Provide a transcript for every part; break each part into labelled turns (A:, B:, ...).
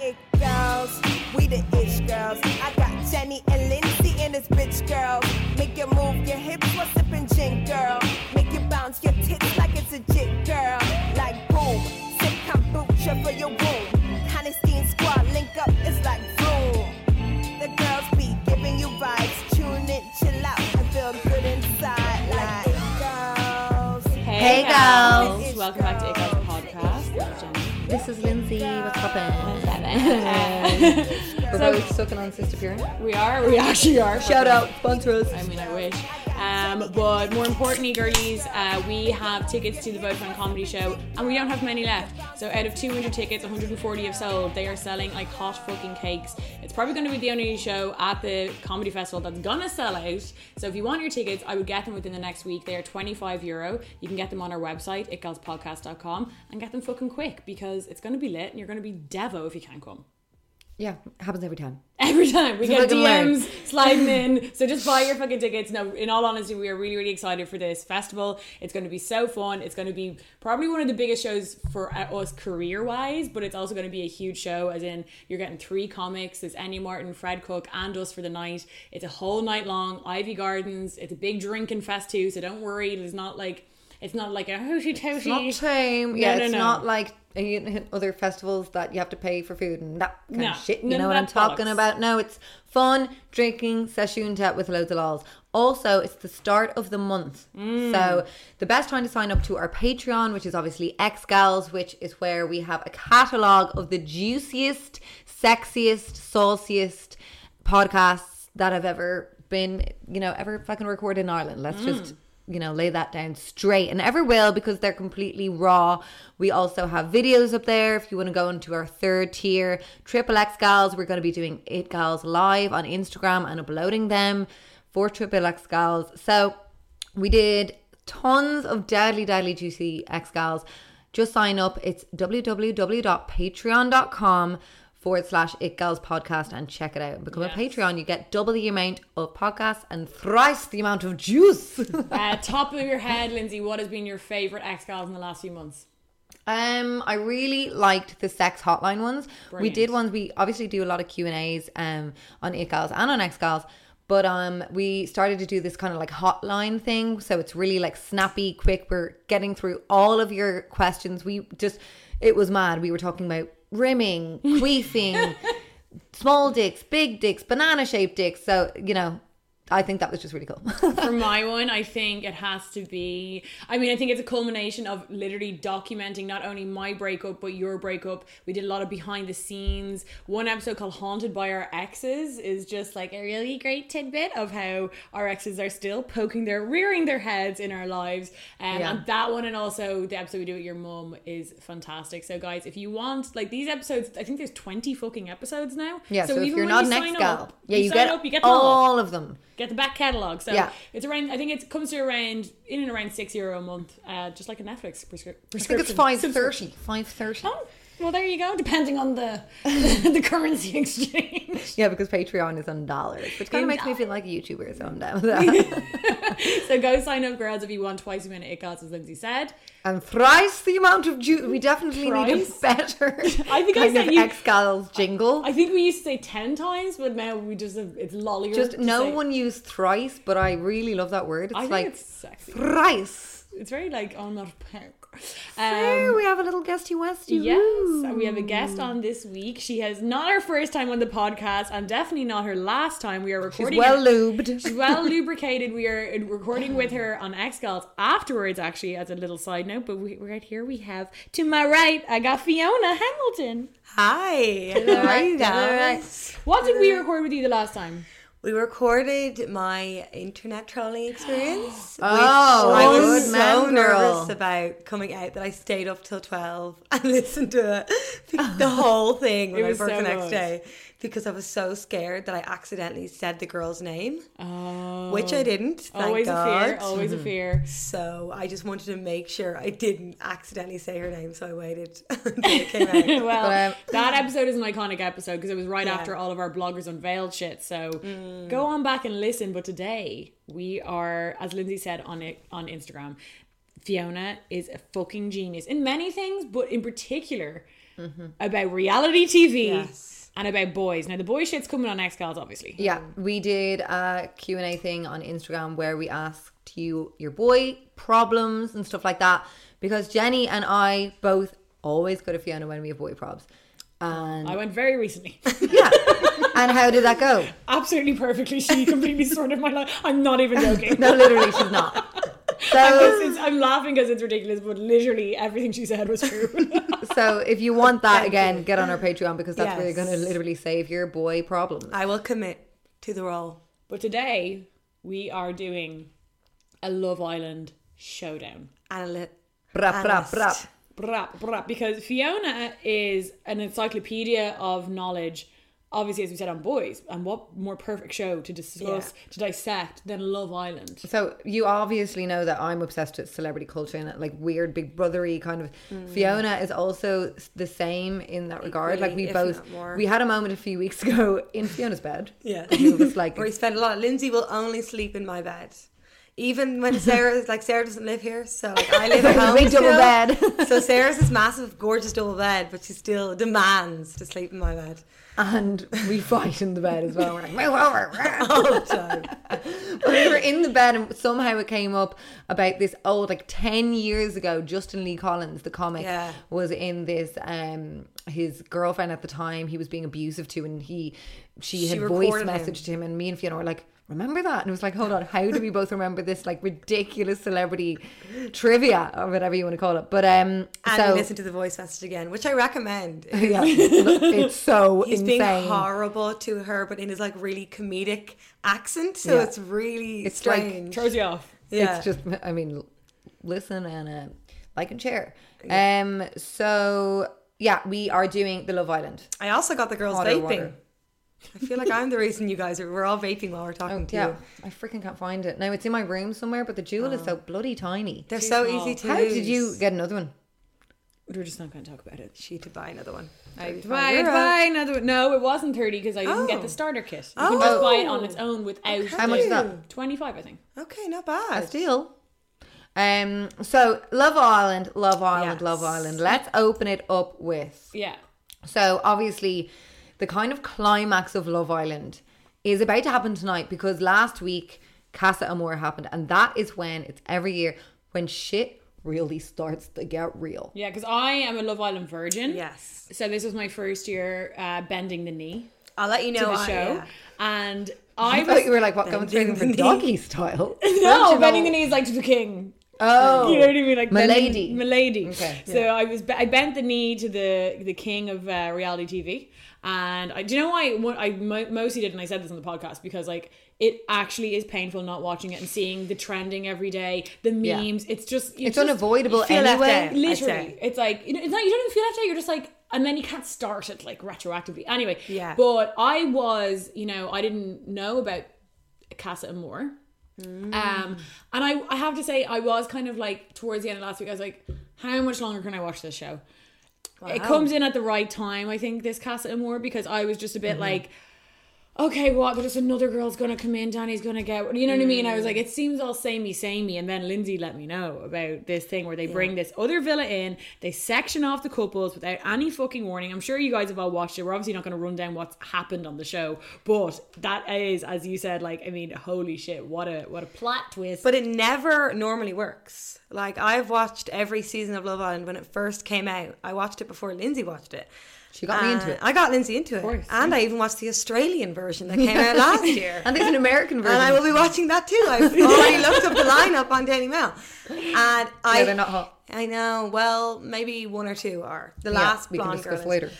A: It girls, we the ish girls. I got Jenny and Lindsay in this bitch girl. Make you move your hips while sipping gin, girl. Make you bounce your tits like it's a jig, girl. Like boom, sip kombucha for your womb. Honeystine squad link up, it's like boom. The girls be giving you vibes. Tune in, chill out, and feel good inside. Like it girls.
B: Hey,
A: girls.
B: girls. Welcome back to It Girls Podcast. This is Jenny.
C: This is Lindsay. What's poppin'? We're
B: So-
C: both sucking on Sister Pure.
B: We are, we actually are.
C: Shout out, sponsor us.
B: I mean, I wish. Um, but more importantly, girlies, uh, we have tickets to the Vodafone Comedy Show and we don't have many left. So out of 200 tickets, 140 have sold. They are selling like hot fucking cakes. It's probably going to be the only show at the comedy festival that's going to sell out. So if you want your tickets, I would get them within the next week. They are 25 euro. You can get them on our website, itgirlspodcast.com, and get them fucking quick because it's going to be lit and you're going to be devo if you can come.
C: Yeah, it happens every time.
B: Every time we get
C: fucking learn.
B: DMs sliding in, so just buy your fucking tickets. No, in all honesty, we are really, really excited for this festival. It's going to be so fun. It's going to be probably one of the biggest shows for uh, us career wise, but it's also going to be a huge show. As in, you're getting three comics: there's Annie Martin, Fred Cook, and us for the night. It's a whole night long. Ivy Gardens. It's a big drinking fest too, so don't worry. It's not like it's not like a hooty
C: It's not
B: toity.
C: tame. Yeah,
B: no,
C: it's
B: no.
C: not like uh, other festivals that you have to pay for food and that kind
B: No,
C: of shit. You
B: none
C: know
B: of
C: what
B: that
C: I'm talking
B: bollocks.
C: about? No, it's fun drinking session chat with loads of lols. Also, it's the start of the month.
B: Mm.
C: So, the best time to sign up to our Patreon, which is obviously X Gals, which is where we have a catalogue of the juiciest, sexiest, sauciest podcasts that have ever been, you know, ever fucking recorded in Ireland. Let's
B: Mm.
C: just, you know, lay that down straight and ever will because they're completely raw. We also have videos up there if you want to go into our third tier. Triple X Gals, we're going to be doing It Gals live on Instagram and uploading them for Triple X Gals. So we did tons of deadly, deadly juicy X Gals. Just sign up. It's www.patreon.com forward slash It Gals podcast and check it out. And become
B: Yes.
C: a Patreon. You get double the amount of podcasts and thrice the amount of juice.
B: Uh, top of your head, Lindsay, what has been your favorite X Gals in the last few months?
C: Um, I really liked the sex hotline ones.
B: Brilliant.
C: We did ones. We obviously do a lot of Q and A's um on it girls and on X girls, but um we started to do this kind of like hotline thing. So it's really like snappy, quick. We're getting through all of your questions. We just it was mad. We were talking about rimming, queefing, small dicks, big dicks, banana shaped dicks. So you know, I think that was just really cool.
B: for my one, I think it has to be. I mean, I think it's a culmination of literally documenting not only my breakup but your breakup. We did a lot of behind the scenes. One episode called "Haunted by Our Exes" is just like a really great tidbit of how our exes are still poking their, rearing their heads in our lives. Um,
C: Yeah.
B: And that one, and also the episode we do with your mum, is fantastic. So, guys, if you want, like these episodes, I think there's twenty fucking episodes now.
C: yeah. So, if
B: even
C: you're
B: when
C: not
B: you
C: an
B: sign
C: X
B: up-
C: gal, yeah,
B: you
C: you,
B: sign
C: get,
B: up, you get them
C: all of them.
B: get the back catalog. So
C: Yeah.
B: it's around. I think it comes to around in and around six euro a month, uh, just like a Netflix prescri-
C: I think
B: prescription.
C: it's five
B: Subscription.
C: thirty. Five thirty.
B: Oh, well, there you go. Depending on the the currency exchange.
C: Yeah, because Patreon is on dollars, which kind
B: In
C: of makes me feel like a YouTuber, so I'm down with that.
B: So go sign up, girls, if you want twice a minute it costs, as Lindsay said.
C: and thrice the amount of juice. We definitely need
B: Thrice?
C: a better
B: I think I
C: kind
B: sent
C: of
B: you-
C: X Gals jingle.
B: I think we used to say ten times, but now we just have, it's lollier.
C: Just
B: to
C: no
B: say.
C: one used thrice, but I really love that word. It's
B: I think
C: like
B: it's sexy.
C: thrice.
B: It's very like on that perk. Um,
C: There we have a little guesty westy.
B: Yes, and we have a guest on this week. She has not her first time on the podcast, and definitely not her last time. We are
C: She's
B: recording.
C: well
B: it- She's
C: lubed.
B: well lubricated. We are recording with her on X Girls afterwards, actually, as a little side note. But we, right here, we have to my right, I got Fiona Hamilton.
D: Hi.
C: All right,
D: Hi,
C: all right.
D: guys.
B: What did we record with you the last time?
D: We recorded my internet trolling experience.
C: Oh,
D: which I was
C: good
D: so
C: man, girl.
D: nervous about coming out that I stayed up till twelve and listened to it, the whole thing when
B: It
D: I
B: was
D: worked
B: so
D: the next
B: good.
D: day because I was so scared that I accidentally said the girl's name,
B: Oh.
D: which I didn't. Thank
B: always
D: God.
B: a fear. Always a fear.
D: So I just wanted to make sure I didn't accidentally say her name, so I waited until it came out.
B: well,
C: But, um,
B: that episode is an iconic episode because it was right after all of our bloggers unveiled shit. So
C: Mm.
B: go on back and listen. But today we are, as Lindsay said on it on Instagram, Fiona is a fucking genius in many things, but in particular
C: Mm-hmm.
B: about reality TV
D: Yes.
B: and about boys. Now the boy shit's coming on X Files, obviously.
C: Yeah, we did a Q&A thing on Instagram where we asked you your boy problems and stuff like that because Jenny and I both always go to Fiona when we have boy probs. And
B: I went very recently.
C: yeah. and how did that go?
B: Absolutely perfectly. She completely sorted my life. I'm not even joking.
C: No, literally she's not.
B: Because
C: So
B: it's- I'm laughing because it's ridiculous, but literally everything she said was true.
C: so if you want that again, get on our Patreon because that's where you're
D: Yes.
C: going to literally save your boy problems.
D: I will commit to the role.
B: But today we are doing a Love Island showdown.
D: Analy-
C: Brap, brap,
D: analyst.
C: brap.
B: Brap, brap, because Fiona is an encyclopedia of knowledge, obviously, as we said, on boys. And what more perfect show to discuss, to dissect than Love Island?
C: So you obviously know that I'm obsessed with celebrity culture and like weird big brothery kind of. Fiona is also s- the same in that regard. like
D: Mm.
C: we
D: Equally,
C: both
D: if not more.
C: we had a moment a few weeks ago in Fiona's bed.
D: Yeah.
C: It was like
D: Where we spend a lot. Lindsay will only sleep in my bed. Even when Sarah's like Sarah doesn't live here, so like I live at
C: There's a
D: home.
C: big double
D: still.
C: bed.
D: so Sarah's this massive, gorgeous double bed, but she still demands to sleep in my bed.
C: and we fight in the bed as well. We're like move over.
D: All the time.
C: we were in the bed and somehow it came up about this old like 10 years ago justin lee collins the comic
D: Yeah.
C: was in this um his girlfriend at the time he was being abusive to and he she, had voice
D: recorded him.
C: messaged him and me and fiona were like remember that and it was like hold on how do we both remember this like ridiculous celebrity trivia or whatever you want to call it but um
D: And
C: so
D: listen to the voice message again, which I recommend.
C: yeah, it's so
D: He's
C: insane
D: being horrible to her, but in his like really comedic accent. So
C: Yeah.
D: it's really
C: It's like-
D: strange.
B: Throws you off.
D: yeah.
C: It's just, I mean, l- listen and uh, like and share. Um. So yeah, we are doing the Love Island.
D: I also got the girls
C: Hotter
D: vaping.
C: water.
D: I feel like I'm the reason you guys are. We're all vaping while we're talking to
C: Oh, Yeah,
D: you.
C: I freaking can't find it now. It's in my room somewhere, but the jewel
D: Oh.
C: is so bloody tiny.
D: They're so
B: small.
D: easy to.
C: How did you
D: lose.
C: get another one?
B: We're just not going to talk about it.
D: She to buy another one.
B: Right, right, another one. No, it wasn't 30 because I didn't
D: Oh.
B: get the starter kit. You can just buy it on its own without.
C: Oh. How much is that?
B: 25, I think.
D: Okay, not bad.
C: Deal. Um. So Love Island, Love Island,
D: Yes.
C: Love Island. Let's open it up with
B: Yeah.
C: So obviously, the kind of climax of Love Island is about to happen tonight because last week Casa Amor happened, and that is when it's every year when shit really starts to get real.
B: Yeah, because I am a Love Island virgin.
D: Yes.
B: So this was my first year uh, bending the knee
D: I'll let you know
B: to the
D: I-
B: show,
D: yeah.
B: and
C: I
B: I
C: thought you
B: was
C: were like what going through
D: Bending
C: them for
D: the knee.
C: doggy style.
B: no bending the knee is like to the king.
C: Oh,
B: You know what I mean, like
C: Milady.
B: bending- Milady.
C: Okay.
B: So I was I bent the knee to the the king of uh, reality TV, and I do you know why what I mo- mostly did, and I said this on the podcast because like it actually is painful not watching it and seeing the trending every day, the
C: Yeah.
B: memes. It's just you
C: It's
B: just-
C: unavoidable
B: you feel left
C: anyway.
B: out,
D: I'd
B: Literally,
D: say.
B: it's like you know, it's not you don't even feel left out. You're just like. And then you can't start it like retroactively. Anyway,
D: Yeah.
B: But I was, you know, I didn't know about Casa Amor. Um, and I, I have to say, I was kind of like towards the end of last week, I was like, how much longer can I watch this show? It comes in at the right time, I think, this Casa Amor, because I was just a bit like, okay, what? There's another girl's gonna come in, Danny's gonna get, you know what I mean? I was like,
C: Mm.
B: it seems all samey, samey. And then Lindsay let me know about this thing where they bring this other villa in, they section off the couples without any fucking warning. I'm sure you guys have all watched it. We're obviously not gonna run down what's happened on the show, but that is, as you said, like, I mean, holy shit, what a what a plot twist.
D: But it never normally works. Like I've watched every season of Love Island when it first came out. I watched it before Lindsay watched it.
C: She got me into
D: And
C: it.
D: I got Lindsay into it,
B: course.
D: and I even watched the Australian version that came out last year.
C: and there's an American version.
D: And I will be watching that too. I've already looked up the lineup on Daily Mail. And I
C: they're not hot.
D: I know. Well, maybe one or two are. The
C: Yeah,
D: last
C: we can
D: blonde
C: discuss
D: girl is.
C: later.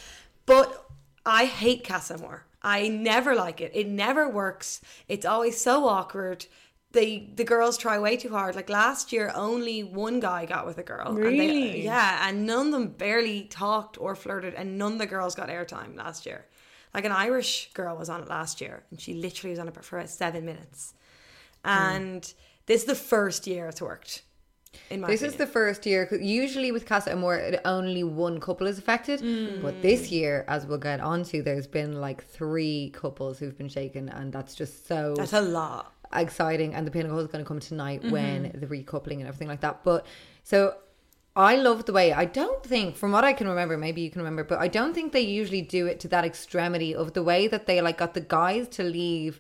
D: But I hate Casa Moore. I never like it. It never works. It's always so awkward. They the girls try way too hard. Like last year, only one guy got with a girl. And they,
B: Really?
D: yeah, and none of them barely talked or flirted, and none of the girls got airtime last year. Like an Irish girl was on it last year, and she literally was on it for about seven minutes.
C: Hmm.
D: And this is the first year it's worked. In my
C: This is the first year. 'cause Usually with Casa Amor, it- only one couple is affected.
D: Mm.
C: But this year, as we'll get onto, there's been like three couples who've been shaken, and that's just so
D: that's a lot.
C: exciting. And the pinnacle is going to come tonight
B: Mm-hmm.
C: when the recoupling and everything like that. But so I love the way I don't think, from what I can remember, maybe you can remember, but I don't think they usually do it to that extremity of the way that they like got the guys to leave.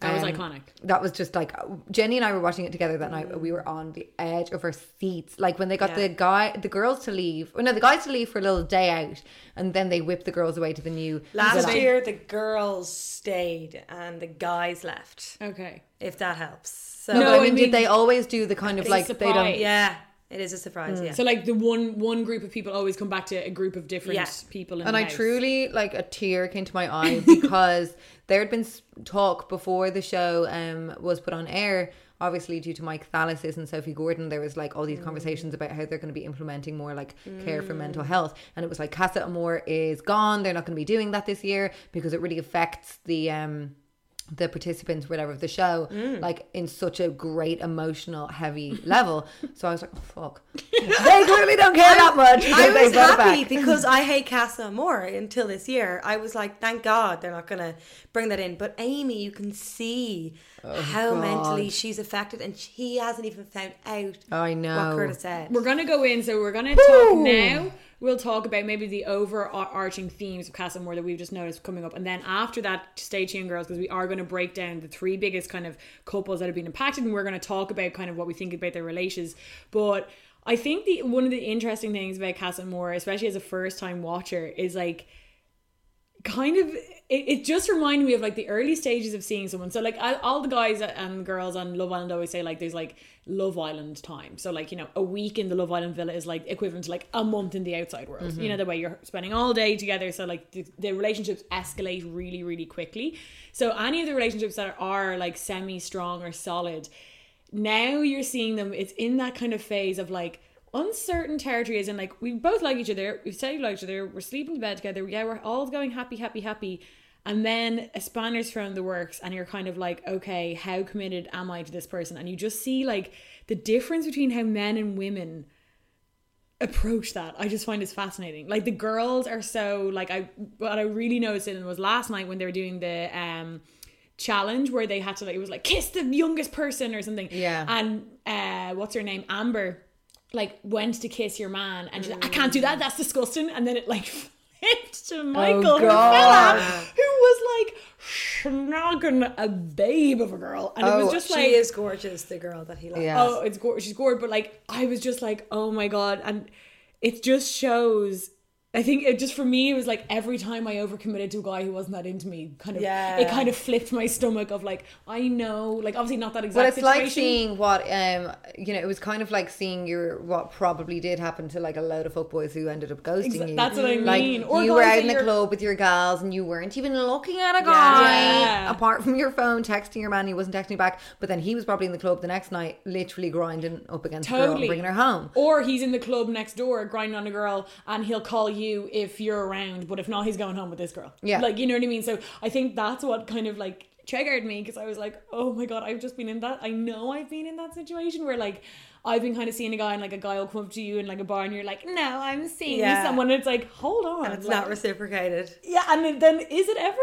B: That was
C: um,
B: iconic.
C: That was just like Jenny and I were watching it together that night. We were on the edge of our seats, like when they got
D: Yeah.
C: the guy, the girls to leave. Or no, the guys to leave for a little day out, and then they whipped the girls away to the new
D: Last
C: villa.
D: year, the girls stayed and the guys left.
B: Okay.
D: If that helps. So
C: No, but
B: No,
C: I mean,
B: I mean-
C: did they always do the kind of
B: They
C: like they don't
B: surprise.
D: yeah, it is a surprise.
C: Mm.
D: Yeah.
B: So like the one one group of people always come back to a group of different
D: Yeah.
B: people. In
C: and
B: the
C: I
B: house.
C: truly like a tear came to my eye because there had been s- talk before the show um was put on air. Obviously, due to Mike Thalas's and Sophie Gordon, there was like all
D: Mm.
C: these conversations about how they're going to be implementing more like care for mental
D: Mm.
C: health, and it was like Casa Amor is gone. They're not going to be doing that this year because it really affects the um the participants, whatever of the show,
D: Mm.
C: like in such a great emotional heavy level. So I was like, oh, fuck, they clearly don't care that much.
D: I
C: because they
D: was
C: brought it
D: happy
C: back.
D: because I hate Casa more until this year. I was like, thank God they're not going to bring that in. But Amy, you can see how
C: Oh, God.
D: mentally she's affected, and she hasn't even found out
C: I know.
D: what Curtis said.
B: We're gonna go in, so we're gonna talk now. We'll talk about maybe the overarching themes of Casa More that we've just noticed coming up, and then after that, stay tuned, girls, because we are going to break down the three biggest kind of couples that have been impacted, and we're going to talk about kind of what we think about their relations. But I think the one of the interesting things about Casa More, especially as a first time watcher, is like kind of it, it just reminded me of like the early stages of seeing someone so like I, all the guys and girls on love island always say like there's like love island time so like you know a week in the love island villa is like equivalent to like a month in the outside world you know the way you're spending all day together so like the, the relationships escalate really really quickly so any of the relationships that are like semi strong or solid now you're seeing them it's in that kind of phase of like uncertain territory as in like we both like each other we've said we like each other we're sleeping in bed together yeah we're all going happy happy happy and then a spanner's thrown in the works and you're kind of like okay how committed am i to this person and you just see like the difference between how men and women approach that i just find it's fascinating like the girls are so like i what i really noticed in was last night when they were doing the um challenge where they had to like it was like kiss the youngest person or something
C: Yeah.
B: and uh what's her name amber like went to kiss your man and she's like i can't do
C: Mm.
B: that that's disgusting and then it like flipped to michael her
C: Oh, God.
B: fella, who was like schnogging a babe of a girl and it was
C: Oh,
B: just
D: she
B: like
D: is gorgeous, the girl that he likes.
C: Yeah.
B: oh it's gorgeous she's gorgeous but like i was just like oh my god and it just shows i think it just for me it was like every time i overcommitted to a guy who wasn't that into me kind of
D: Yeah.
B: it kind of flipped my stomach of like i know like obviously not that exact
C: But it's
B: situation
C: like seeing what um you know it was kind of like seeing your what probably did happen to like a load of fuckboys who ended up ghosting
B: Exa-
C: you.
B: that's what I
C: Like
B: mean. Or
C: you were
B: guys
C: out
B: that
C: in the
B: you're-
C: club with your gals and you weren't even looking at a guy
B: Yeah.
C: apart from your phone texting your man. He wasn't texting you back, but then he was probably in the club the next night, literally grinding up against the girl and
B: Totally.
C: bringing her home.
B: Or he's in the club next door grinding on a girl and he'll call you if you're around, but if not, he's going home with this girl.
C: Yeah.
B: Like, you know what I mean? So I think that's what kind of like triggered me because I was like, oh my God, I've just been in that. I know I've been in that situation where like I've been kind of seeing a guy and like a guy will come up to you in like a bar and you're like, no, I'm seeing
D: Yeah.
B: someone. And it's like, hold on.
D: And it's
B: like-
D: not reciprocated.
B: yeah. And then is it ever?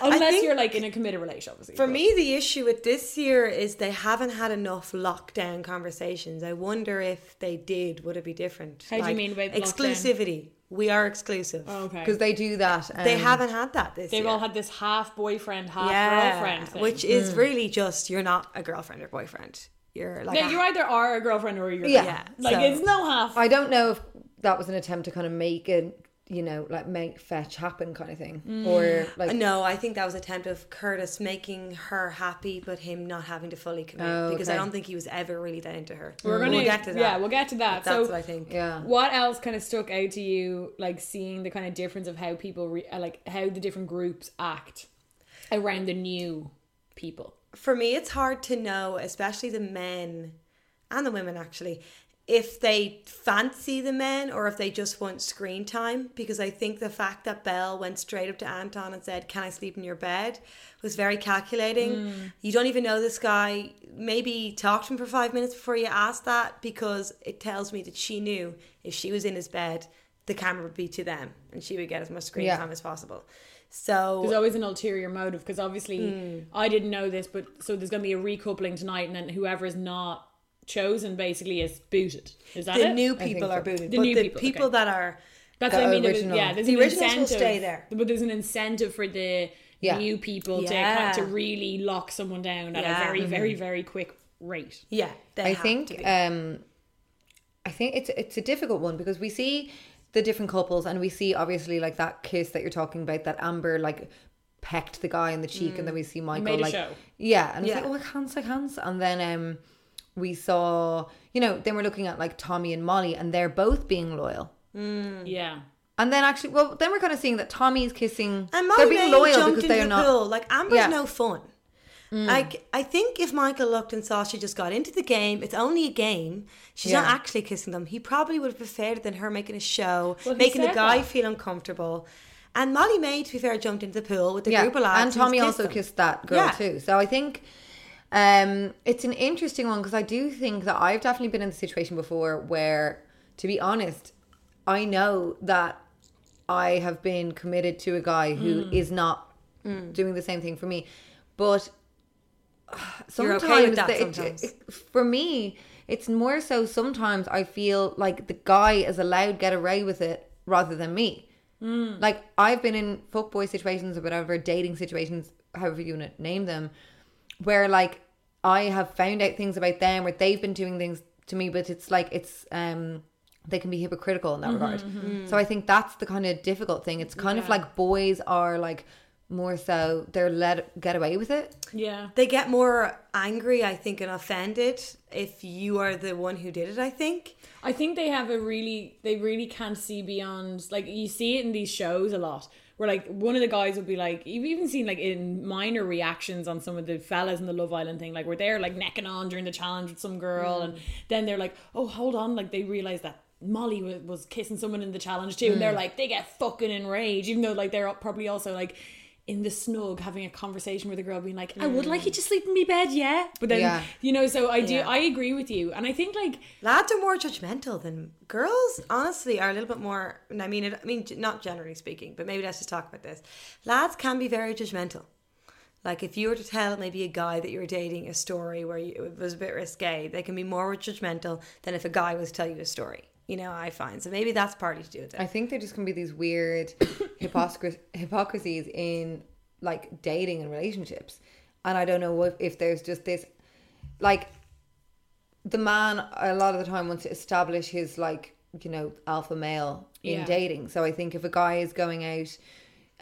B: Unless
D: think-
B: you're like in a committed relationship, obviously.
D: For
B: but-
D: me, the issue with this year is they haven't had enough lockdown conversations. I wonder if they did, would it be different?
B: How do you mean by lockdown?
D: exclusivity? We are exclusive.
B: Okay.
C: Because they do that. Um,
D: They haven't had that this
B: They've
D: year.
B: all had this half boyfriend, half girlfriend thing.
D: which is
C: Hmm.
D: really just you're not a girlfriend or boyfriend. You're like
B: No,
D: a-
B: you either are a girlfriend or you're
C: Yeah.
B: not.
D: Yeah,
B: Like
D: so-
B: it's no half.
C: I don't know if that was an attempt to kind of make it you know, like make fetch happen kind of thing.
B: Mm.
C: Or like
D: No, I think that was attempt of Curtis making her happy, but him not having to fully commit
C: Oh,
D: because I
C: okay. Hmm.
D: don't think he was ever really that into her.
B: We're gonna
D: we'll get to that.
B: Yeah, we'll get to that.
D: That's
B: so
D: what I think.
C: Yeah.
B: What else kind of stuck out to you, like seeing the kind of difference of how people, re- uh, like how the different groups act around the new people?
D: For me, it's hard to know, especially the men and the women actually, if they fancy the men or if they just want screen time. Because I think the fact that Belle went straight up to Anton and said, Can I sleep in your bed? was very calculating.
B: Mm.
D: You don't even know this guy. Maybe talk to him for five minutes before you ask that because it tells me that she knew if she was in his bed, the camera would be to them and she would get as much screen
C: Yeah.
D: time as possible. So
B: There's always an ulterior motive because obviously
D: Hmm.
B: I didn't know this, but so there's going to be a recoupling tonight, and then whoever is not chosen basically is booted. Is that
D: the
B: it?
D: new people are booted,
B: The
D: but
B: new
D: the
B: people,
D: people,
B: okay.
D: that are
B: That's
C: The
B: what I mean. there was-
C: original.
B: yeah, there's
D: The
B: an
D: originals will
B: incentive.
D: stay there.
B: but there's an incentive for the
C: Yeah.
B: new people
D: Yeah.
B: to to really lock someone down at
D: Yeah.
B: a
D: Mm-hmm.
B: very, very, very quick rate.
D: yeah, they
C: I
D: have to
C: think
D: be.
C: um I think it's it's a difficult one because we see the different couples and we see obviously like that kiss that you're talking about that Amber like pecked the guy on the cheek
D: Mm.
C: and then we see Michael
B: made a
C: like
B: show.
C: yeah and it's
D: Yeah.
C: like oh like hands like hands and then um we saw you know then we're looking at like Tommy and Molly and they're both being loyal
D: Mm.
B: Yeah.
C: and then actually well then we're kind of seeing that Tommy's kissing
D: and
C: they're
D: Molly
C: being
D: May
C: loyal
D: jumped
C: because
D: into
C: they are
D: the
C: not
D: pool. like Amber's
C: Yeah. Mm.
D: no fun. Like I think if Michael looked and saw she just got into the game, it's only a game. She's not
C: Yeah.
D: actually kissing them. He probably would have preferred than her making a show,
B: Well, he
D: making the
B: said
D: guy
B: that.
D: feel uncomfortable. And Molly May, to be fair, jumped into the pool with the
C: yeah.
D: group of lads
C: And Tommy
D: just
C: also
D: them.
C: kissed that girl
D: Yeah.
C: too. So I think um, it's an interesting one because I do think that I've definitely been in the situation before where, to be honest, I know that I have been committed to a guy who is
D: Mm.
C: not doing the same thing for me. But
D: You're
C: sometimes,
D: okay with that
C: the- it-
D: sometimes.
C: it- for me, it's more so sometimes I feel like the guy is allowed get away with it rather than me. Like I've been in fuckboy situations or whatever, dating situations, however you want to name them, where like I have found out things about them or they've been doing things to me, but it's like it's um they can be hypocritical in that regard. So I think that's the kind of difficult thing. It's kind of like boys are like more so they're let get away with it.
B: Yeah.
D: they get more angry, I think, and offended if you are the one who did it. I think.
B: I think they have a really they really can't see beyond like you see it in these shows a lot where like one of the guys will be like you've even seen like in minor reactions on some of the fellas in the Love Island thing like where they're like necking on during the challenge with some girl and then they're like oh hold on like they realize that Molly was, was kissing someone in the challenge too and they're like they get fucking enraged even though like they're probably also like in the snug having a conversation with a girl being like I would like you to sleep in me bed yeah but then
C: Yeah.
B: you know so I do
D: Yeah.
B: I agree with you and I think like
D: Lads are more judgmental than girls. Honestly, are a little bit more. and I mean, it, I mean, not generally speaking, but maybe let's just talk about this. Lads can be very judgmental. Like if you were to tell maybe a guy that you were dating a story where you, it was a bit risque, they can be more judgmental than if a guy was to tell you a story. You know, I find so maybe that's partly to do with it.
C: I think there just can be these weird hypocris- hypocrisies in like dating and relationships. And I don't know if, if there's just this like the man a lot of the time wants to establish his like, you know, alpha male in
B: Yeah.
C: dating. So I think if a guy is going out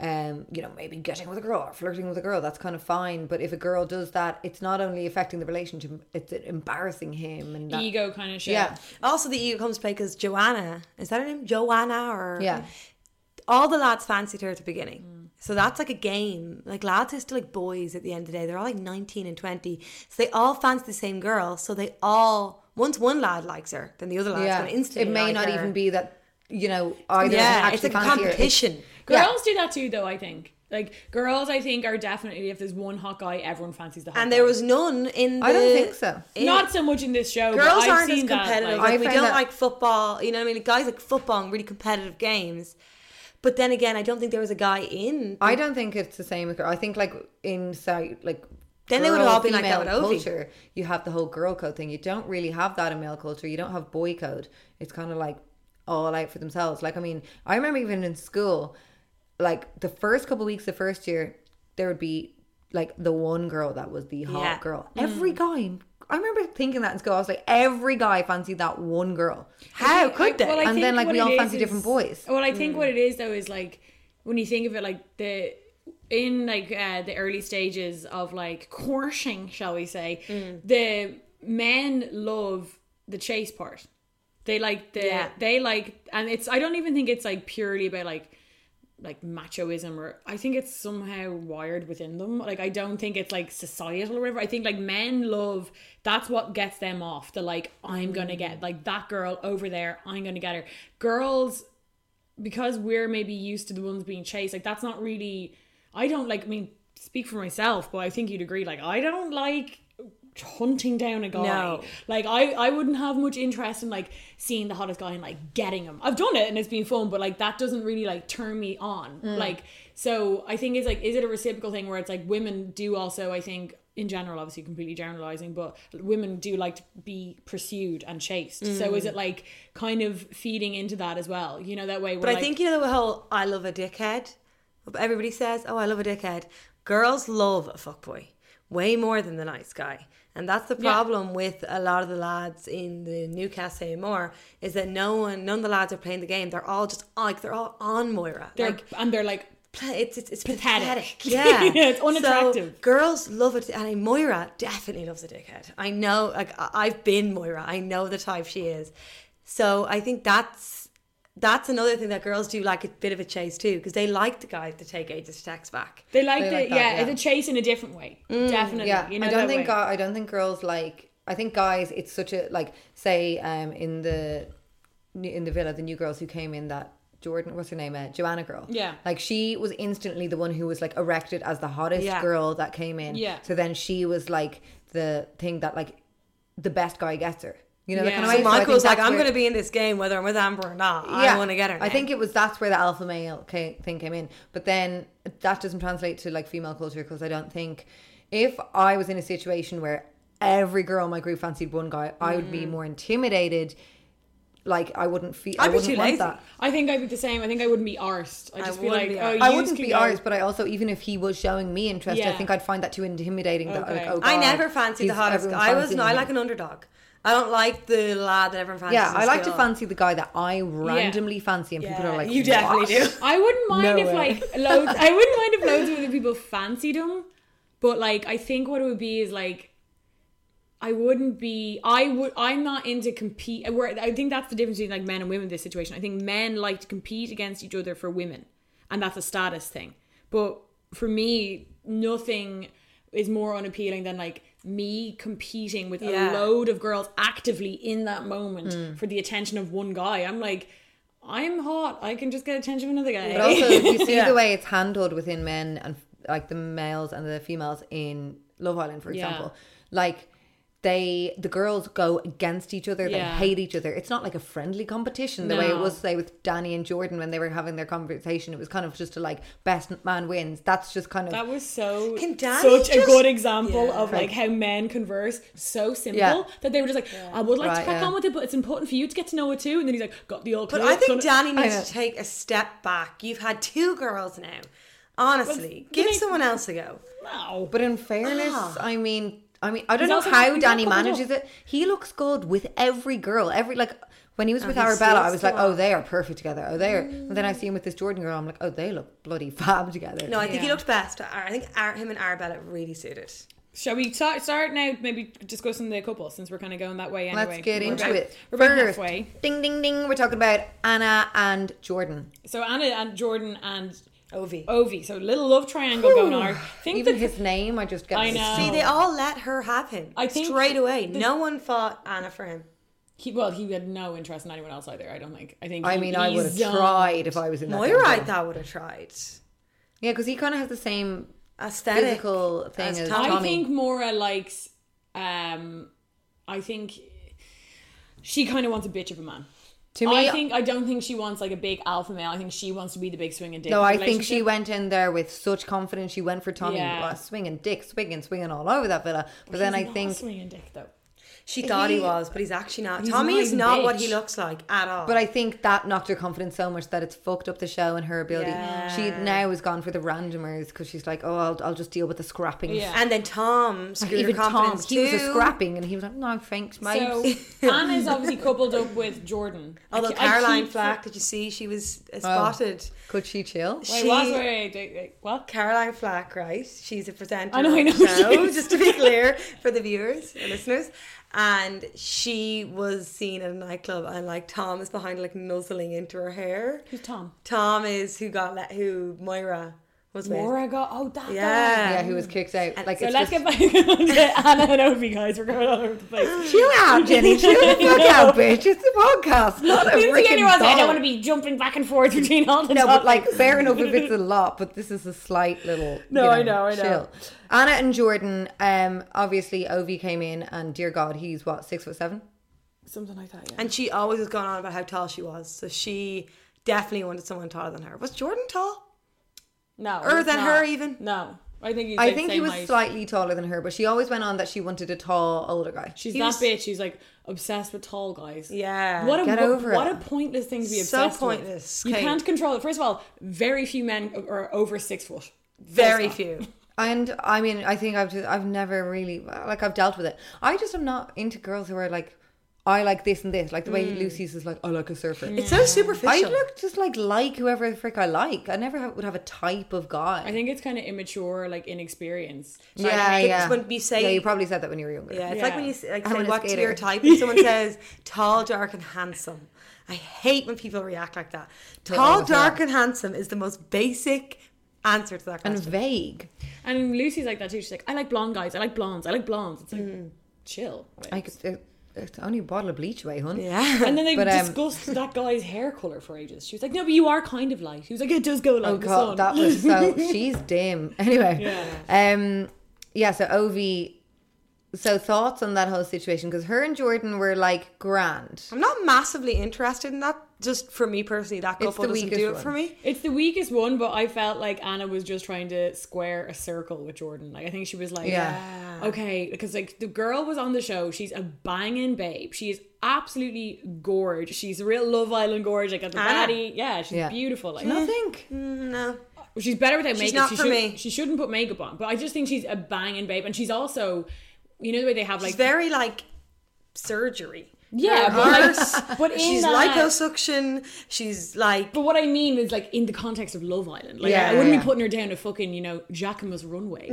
C: um, you know, maybe getting with a girl or flirting with a girl, that's kind of fine. But if a girl does that, it's not only affecting the relationship, it's embarrassing him and that,
B: ego kind of shit
C: Yeah.
D: Also, the ego comes back as Joanna. Is that her name? Joanna or
C: Yeah.
D: All the lads fancied her at the beginning. So that's like a game. Like lads are still like boys at the end of the day. They're all like 19 and 20. So they all fancy the same girl. So they all, once one lad likes her, then the other lad's
C: Yeah.
D: going to instantly
C: It may
D: like
C: not
D: her.
C: even be that, you know, either
D: Yeah,
C: actually
D: it's a
C: fancy her. It's-
D: competition.
C: Yeah.
B: Girls do that too, though. I think like girls, I think are definitely if there's one hot guy, everyone fancies the hot.
D: And there
B: guy.
D: was none in the.
C: I don't think so.
D: in-
B: not so much in this show. but
D: Girls
B: I've
D: aren't as
B: seen that, like,
D: competitive. like, we
C: I found
D: don't
C: that-
D: like football. You know what I mean? Like, guys like football and really competitive games. But then again, I don't think there was a guy in.
C: I don't think it's the same with girl. I think like inside like
D: Then they would have all been like
C: female
D: that with Ovi.
C: culture. You have the whole girl code thing. You don't really have that in male culture. You don't have boy code. It's kind of like all out for themselves. Like I mean, I remember even in school, like the first couple weeks the first year, there would be like the one girl that was the hot
D: Yeah. Mm.
C: girl. Every guy in I remember thinking that in school. I was like, every guy fancied that one girl. How
B: I-
C: could they?
B: well, I
C: and
B: think
C: then like
B: what
C: we
B: it
C: all
B: is
C: fancy
B: is-
C: different boys. Hmm.
B: Well, I think what it is though is like when you think of it, like the in like uh, the early stages of like courting, shall we say,
C: Hmm.
B: the men love the chase part. They like the
D: Yeah.
B: they like, and it's I don't even think it's like purely about like like machoism or I think it's somehow wired within them. Like I don't think it's like societal or whatever. I think like men love that's what gets them off. The like I'm gonna
D: Mm.
B: get like that girl over there, I'm gonna get her. Girls because we're maybe used to the ones being chased, like that's not really I don't like I mean, speak for myself, but I think you'd agree, like I don't like hunting down a guy.
D: No.
B: Like I, I wouldn't have much interest in like seeing the hottest guy and like getting him. I've done it and it's been fun, but like that doesn't really like turn me on.
C: Mm.
B: Like so I think it's like is it a reciprocal thing where it's like women do also I think in general obviously completely generalizing but women do like to be pursued and chased. So
C: Mm.
B: is it like kind of feeding into that as well? You know that way
D: But I think you know the whole I love a dickhead. Everybody says, "Oh, I love a dickhead." Girls love a fuckboy way more than the nice guy. And that's the
B: Yeah.
D: problem with a lot of the lads in the Newcastle anymore is that no one, none of the lads are playing the game. They're all just like they're all on Moira.
B: they're
D: like
B: and they're like
D: pla- it's it's, it's
B: Pathetic.
D: pathetic. Yeah.
B: Yeah, it's
D: So
B: unattractive.
D: girls love it, and Moira definitely loves a dickhead. I know. Like I- I've been Moira. I know the type she is. So I think that's that's another thing that girls do like a bit of a chase too, because they like the guy to take ages to text back.
B: they like
C: They
B: the
C: like that,
B: yeah,
C: yeah. Mm,
B: the chase in a different way. Definitely.
C: Yeah,
B: You know,
C: I don't
B: that
C: think
B: way.
C: gu- I don't think girls like. I think guys, it's such a like say um in the in the villa the new girls who came in that Jordan what's her name uh, Joanna girl
B: Yeah.
C: like she was instantly the one who was like erected as the hottest
D: Yeah.
C: girl that came in
B: Yeah.
C: so then she was like the thing that like the best guy gets her you know that
B: Yeah.
C: kind of
B: So
C: way. I
D: Michael's
C: think
D: like,
C: that's
D: I'm
C: where-
D: going to be in this game whether I'm with Amber or not. I want to get her.
C: I
D: now."
C: think it was that's where the alpha male ca thing came in, but then that doesn't translate to like female culture because I don't think if I was in a situation where every girl in my group fancied one guy, I would be more intimidated. Like I wouldn't feel. I
D: Mm. I'd be
C: wouldn't
D: too
C: want
D: lazy.
C: that.
B: I think I'd be the same. I think I wouldn't be arsed. I'd just be
D: wouldn't
B: like,
D: be
B: oh,
D: arsed.
B: you
C: I wouldn't
B: can
C: be
B: go.
C: ours, but I also even if he was showing me interest, I
B: Yeah.
C: think I'd find that too intimidating. That like,
B: Okay.
C: oh,
D: I
C: God,
D: never fancied the
C: he's-
D: hottest.
C: everyone
D: guy. I was.
C: fancying
D: No, I
C: him.
D: like an underdog. I don't like the lad that everyone fancies.
C: Yeah,
D: in
C: I like to
D: school.
C: fancy the guy that I randomly fancy, and people
D: Yeah,
C: are like,
D: you definitely
C: "What?"
D: do.
B: I wouldn't mind
C: No
B: if
C: way.
B: like loads. I wouldn't mind if loads of other people fancied him, but like I think what it would be is like I wouldn't be. I would. I'm not into compete. Where I think that's the difference between like men and women in this situation. I think men like to compete against each other for women, and that's a status thing. But for me, nothing is more unappealing than like me competing with a
D: Yeah.
B: load of girls actively in that moment
C: Mm.
B: for the attention of one guy. I'm like. I'm hot. I can just get attention from another guy.
C: But also, if you see the way it's handled within men and like the males and the females in Love Island, for
B: Yeah.
C: example, like they the girls go against each other. They
B: Yeah.
C: hate each other. It's not like a friendly competition the way it
B: No.
C: was say with Danny and Jordan when they were having their conversation. It was kind of just a like best man wins. That's just kind of
B: That was so
D: Can Danny
B: such a
D: just-
B: good example
D: Yeah.
B: of like how men converse so simple
C: Yeah.
B: that they were just like, I would like to
C: Right,
B: crack
C: yeah.
B: on with it, but it's important for you to get to know it too. And then he's like, got the old.
D: But
B: clothes,
D: I think
B: gonna-
D: Danny needs
C: know.
D: to take a step back. You've had two girls now. Honestly,
B: But
D: give
B: they-
D: someone else a go.
B: No, but
C: But in fairness, I mean, I mean, I don't
B: Ah. He's also-
C: know how
B: he's
C: Danny
B: not covered
C: manages it. He looks good with every girl, every like. When
B: Oh,
C: he was with
D: he's
C: Arabella,
D: so
C: I was like,
D: strong.
C: "Oh, they are perfect together. Oh, they are."
B: Mm.
C: And then I see him with this Jordan girl. I'm like, "Oh, they look bloody fab together."
D: No, I think he
B: Yeah.
D: looked best. I I think Ar- him and Arabella really suited.
B: shall we ta- start now? Maybe discussing the couple since we're kind of going that way. Anyway,
C: Let's get
B: We're
C: into
B: about-
C: it.
B: We're about
C: First,
B: halfway.
C: ding ding ding. We're talking about Anna and Jordan.
B: So Anna and Jordan and
D: Ovi.
B: Ovi. So little love triangle going on. I think that-
C: Even his name, I just get.
B: I know.
D: See, they all let her have him
B: I think
D: straight away. No one fought Anna for him.
B: he, well, he had no interest in anyone else either. I don't think. I think.
C: I
B: he-
C: mean, I
B: he
C: would have
B: zoned.
C: tried if I was in that.
D: Moira, I
C: damn show.
D: thought would have tried.
C: Yeah, because he kind of has the same
D: Aesthetic
C: physical thing as,
D: as
C: Tommy.
D: Tommy.
B: I think Mora likes. Um, I think she kind of wants a bitch of a man.
C: to me,
B: I think I don't think she wants like a big alpha male. I think she wants to be the big swinging dick.
C: No,
B: in the
C: I think she
B: relationship.
C: went in there with such confidence. She went for Tommy,
B: Yeah.
C: uh, swinging dick, swinging, swinging all over that villa. But then
B: She's
C: I
B: not a
C: think
B: swinging dick though.
D: She thought he,
C: He-
D: was, but he's actually not.
B: He's
D: Tommy
B: not
D: is
B: even
D: not what
B: bitch.
D: he looks like at all.
C: But I think that knocked her confidence so much that it's fucked up the show and her ability. She now has gone for the randomers because she's like, oh, I'll, I'll just deal with the scrapping.
B: Yeah.
D: and then Tom
C: Like,
D: screwed her
C: even Tom,
D: confidence
C: he was a
D: too.
C: scrapping and he was like, no, thanks, mate.
B: So Anna's obviously coupled up with Jordan. I
D: Although
B: ke- I
D: Caroline
B: keep- Oh.
D: Flack, did you see? She was uh, spotted.
C: Could she chill?
B: Wait,
D: She-
B: what? Wait, wait, wait, wait, what?
D: Caroline Flack, right? She's a presenter.
B: I know, I
D: on the
B: know she
D: show,
B: is.
D: just to be clear for the viewers and listeners. And she was seen at a nightclub, and like Tom is behind, like nuzzling into her hair.
B: Who's Tom?
D: Tom is who got let, who Moira was with.
B: Laura got oh that. guy.
D: Yeah.
C: Yeah, who was kicked out. Like,
B: So
C: it's
B: let's get
C: just,
B: back on to Anna and Ovi, guys. We're going all over the place.
C: chill out, Jenny. Chill the fuck out, bitch. It's a podcast, not a
B: Who's the only
C: freaking
B: one I don't want
C: dog.
B: to be jumping back and forth between all the
C: No, but
B: topics.
C: like fair enough if it's a lot, but this is a slight little.
B: No,
C: you
B: I know, I know.
C: Anna and Jordan, um, obviously Ovi came in, and dear God, he's what six foot seven.
B: something like that. Yeah.
D: And she always was going on about how tall she was. So she definitely wanted someone taller than her. Was Jordan tall?
B: No.
D: Or
B: he's
D: than
B: not.
D: her even?
B: No. I think he's
C: I
B: like
C: think
B: same
C: he was
B: height.
C: slightly taller than her, but she always went on that she wanted a tall older guy.
B: She's
D: he
B: that
D: was-
B: bitch. She's like obsessed with tall guys.
D: Yeah.
B: What a
C: Get
B: what,
C: over
B: what
C: it.
B: a pointless thing to be
D: So
B: obsessed with.
D: pointless,
B: You
D: Kate.
B: can't control it. First of all, very few men are over six foot.
D: Very
B: Full stop.
D: few.
C: And I mean, I think I've just, I've never really like I've dealt with it. I just am not into girls who are like, I like this and this, like the way
B: Hmm.
C: Lucy's is like, I like a surfer.
D: It's so superficial.
C: I look just like like whoever the frick I like. I never have, would have a type of guy.
B: I think it's kind of immature, like inexperience.
C: yeah,
D: it's
C: yeah.
D: when you say-
C: yeah, you probably said that when you were younger.
D: Yeah, it's like when
B: Yeah.
D: you s- like
C: I
D: say
C: wanna
D: what's
C: skate
D: your
C: it."
D: type, and someone says tall, dark, and handsome. I hate when people react like that. Tall,
C: always
D: dark,
C: are.
D: and handsome is the most basic answer to that
C: and
D: question.
C: vague.
B: And Lucy's like that too. She's like, I like blonde guys. I like blondes. I like blondes. It's like,
C: Mm.
B: chill.
C: Like it's, it's only a bottle of bleach away, hun.
D: yeah,
B: and then they
C: But, um,
B: discussed that guy's hair color for ages. She was like, "No, but you are kind of light." He was like, "It does go like
C: Oh
B: the
C: god,
B: sun."
C: that was so. she's dim. Anyway,
B: Yeah.
C: um, yeah. So Ovi, so thoughts on that whole situation because her and Jordan were like grand.
D: I'm not massively interested in that. Just for me personally, that
C: It's
D: couple
C: the
D: doesn't
C: weakest
D: do it
C: one.
D: for me.
B: It's the weakest one, but I felt like Anna was just trying to square a circle with Jordan. Like I think she was like,
C: Yeah.
B: okay, because like the girl was on the show. She's a banging babe. She is absolutely gorge. She's a real Love Island gorge. Like got the
D: Anna?
B: body. Yeah, she's
C: Yeah.
B: beautiful. Like
C: Nothing.
D: No,
B: she's better without makeup.
D: not
B: she
D: for
B: should,
D: me.
B: She shouldn't put makeup on. But I just think she's a banging babe, and she's also, you know, the way they have like
D: it's very like surgery.
B: yeah,
D: Her
B: but,
D: arse,
B: like, but in
D: she's
B: that,
D: liposuction. She's like
B: But what I mean is like in the context of Love Island. Like
C: Yeah,
B: I wouldn't
C: yeah.
B: be putting her down to fucking, you know, Giacomo's runway.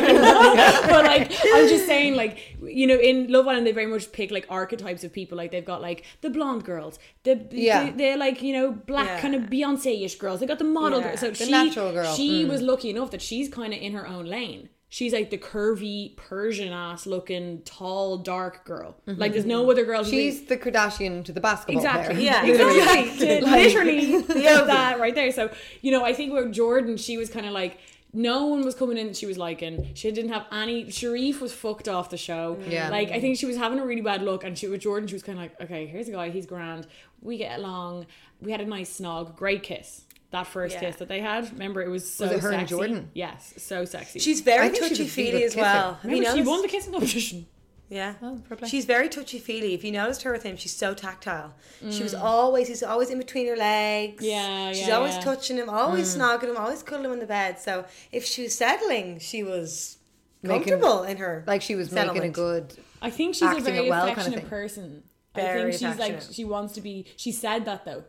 B: but like I'm just saying like you know, in Love Island they very much pick like archetypes of people. Like they've got like the blonde girls, the
C: Yeah.
B: they, they're like, you know, black
D: Yeah.
B: kind of Beyonce ish girls. They got the model
D: Yeah.
B: girls. So
D: The
B: she
C: natural girl. Mm.
B: she was lucky enough that she's kinda in her own lane. She's like the curvy Persian ass looking tall dark girl. Like there's no other girl who-
C: Mm-hmm. She's the Kardashian to the basketball
B: Exactly.
C: player.
D: Yeah,
C: Literally.
B: exactly. Did-
C: Like-
B: Literally did that right there. So you know, I think where Jordan, she was kind of like. No one was coming in that she was liking. She didn't have any. Sharif was fucked off the show.
C: Mm. Yeah.
B: Like, I think she was having a really bad look. And she with Jordan, she was kind of like, okay, here's a guy. He's grand. We get along. We had a nice snog. Great kiss. That first
D: Yeah.
B: kiss that they had. Remember, it was so
C: it her and
B: sexy.
C: Jordan?
B: Yes. So sexy.
D: she's
C: I
D: very
C: think she was
D: touchy feely
C: good
D: as
C: kisser.
D: well. Have you
B: Remember, she
D: noticed?
B: won the kissing competition.
D: Yeah.
C: Oh, fair play.
D: she's very touchy feely. If you noticed her with him, she's so tactile. She
C: Mm.
D: was always he's always in between her legs.
B: Yeah,
D: She's
B: yeah,
D: always
B: yeah.
D: touching him, always
C: Mm.
D: snogging him, always cuddling him in the bed. So if she was settling, she was
C: Making-
D: comfortable in her
C: Like she was making a
D: settlement.
C: good.
B: I think she's a
C: acting
B: very
C: it well kind of
B: affectionate
C: thing.
B: person.
D: Very
B: I think she's like
D: affectionate.
B: she wants to be. She said that though.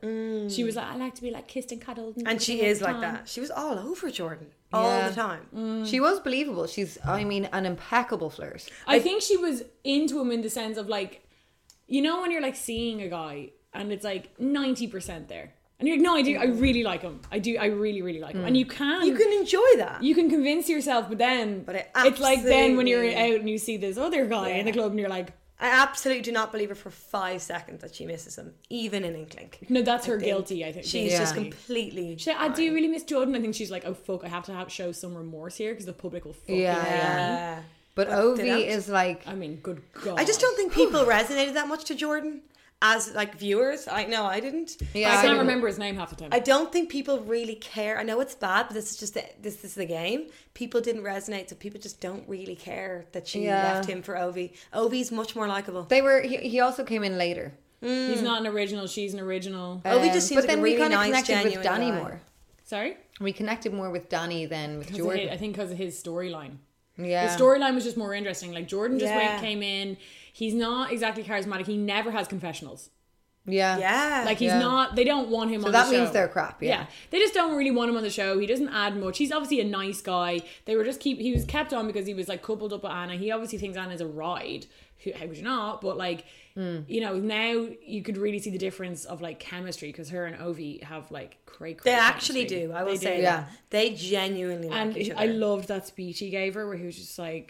B: She was like, I like to be like kissed and cuddled. And,
D: And she
B: everything all
D: is
B: the
D: like
B: time."
D: that. She was all over Jordan all
C: Yeah. Mm.
D: the time.
C: She was believable. She's, I mean, an impeccable flirt.
B: I think she was into him in the sense of like, you know, when you're like seeing a guy and it's like ninety percent there, and you're like, no, I do, I really like him. I do, I really, really like him. And you can,
D: Mm. You can enjoy that.
B: you can convince yourself, but then,
D: But it
B: it's like then when you're
D: absolutely-
B: out and you see this other guy in the club and you're like,
D: I absolutely do not believe her for five seconds that she misses him, even in Inklink.
B: no, that's her guilty. I think
D: She's just
C: Yeah.
D: completely
B: She's like, I do really miss Jordan. I think she's like, oh fuck, I have to have, show some remorse here because the public will fucking
C: Yeah,
B: hate
C: yeah.
B: me."
D: Yeah.
C: But
D: But they
C: Ovi
D: don't.
C: is like,
B: I mean, good god.
D: I just don't think people resonated that much to Jordan. as like viewers, I know I didn't. Um,
C: Yeah,
B: I
C: I
B: can't
C: do.
B: remember his name half the time.
D: I don't think people really care. I know it's bad, but this is just the, this this is the game. People didn't resonate, so people just don't really care that she
C: Yeah.
D: left him for Ovi. Ovi's much more likable.
C: They were. He, he also came in later.
B: He's not an original. She's an original.
D: Ovi just seems
C: Um, but
D: like
C: then
D: a
C: we
D: really
C: kind of
D: nice,
C: connected with
D: genuine
C: Danny
D: guy.
C: more.
B: Sorry,
C: We connected more with Danny than with
B: 'Cause of his-
C: Jordan.
B: I think because of his storyline.
C: yeah,
B: The storyline was just more interesting. Like Jordan just
D: Yeah.
B: went, came in. He's not exactly charismatic. He never has confessionals.
C: yeah,
D: Yeah,
B: Like he's
C: Yeah.
B: not. They don't want him. on
C: that
B: the show.
C: means they're crap, yeah.
B: they just don't really want him on the show. He doesn't add much. He's obviously a nice guy. They were just keep. He was kept on because he was like coupled up with Anna. He obviously thinks Anna's a ride. Who, how could you not? But like,
C: Hmm.
B: you know, now you could really see the difference of like chemistry because her and Ovi have like cray.
D: they actually do. I will say,
C: do.
D: that.
C: Yeah.
D: they genuinely like
B: And
D: each
B: he-
D: other.
B: I loved that speech he gave her where he was just like,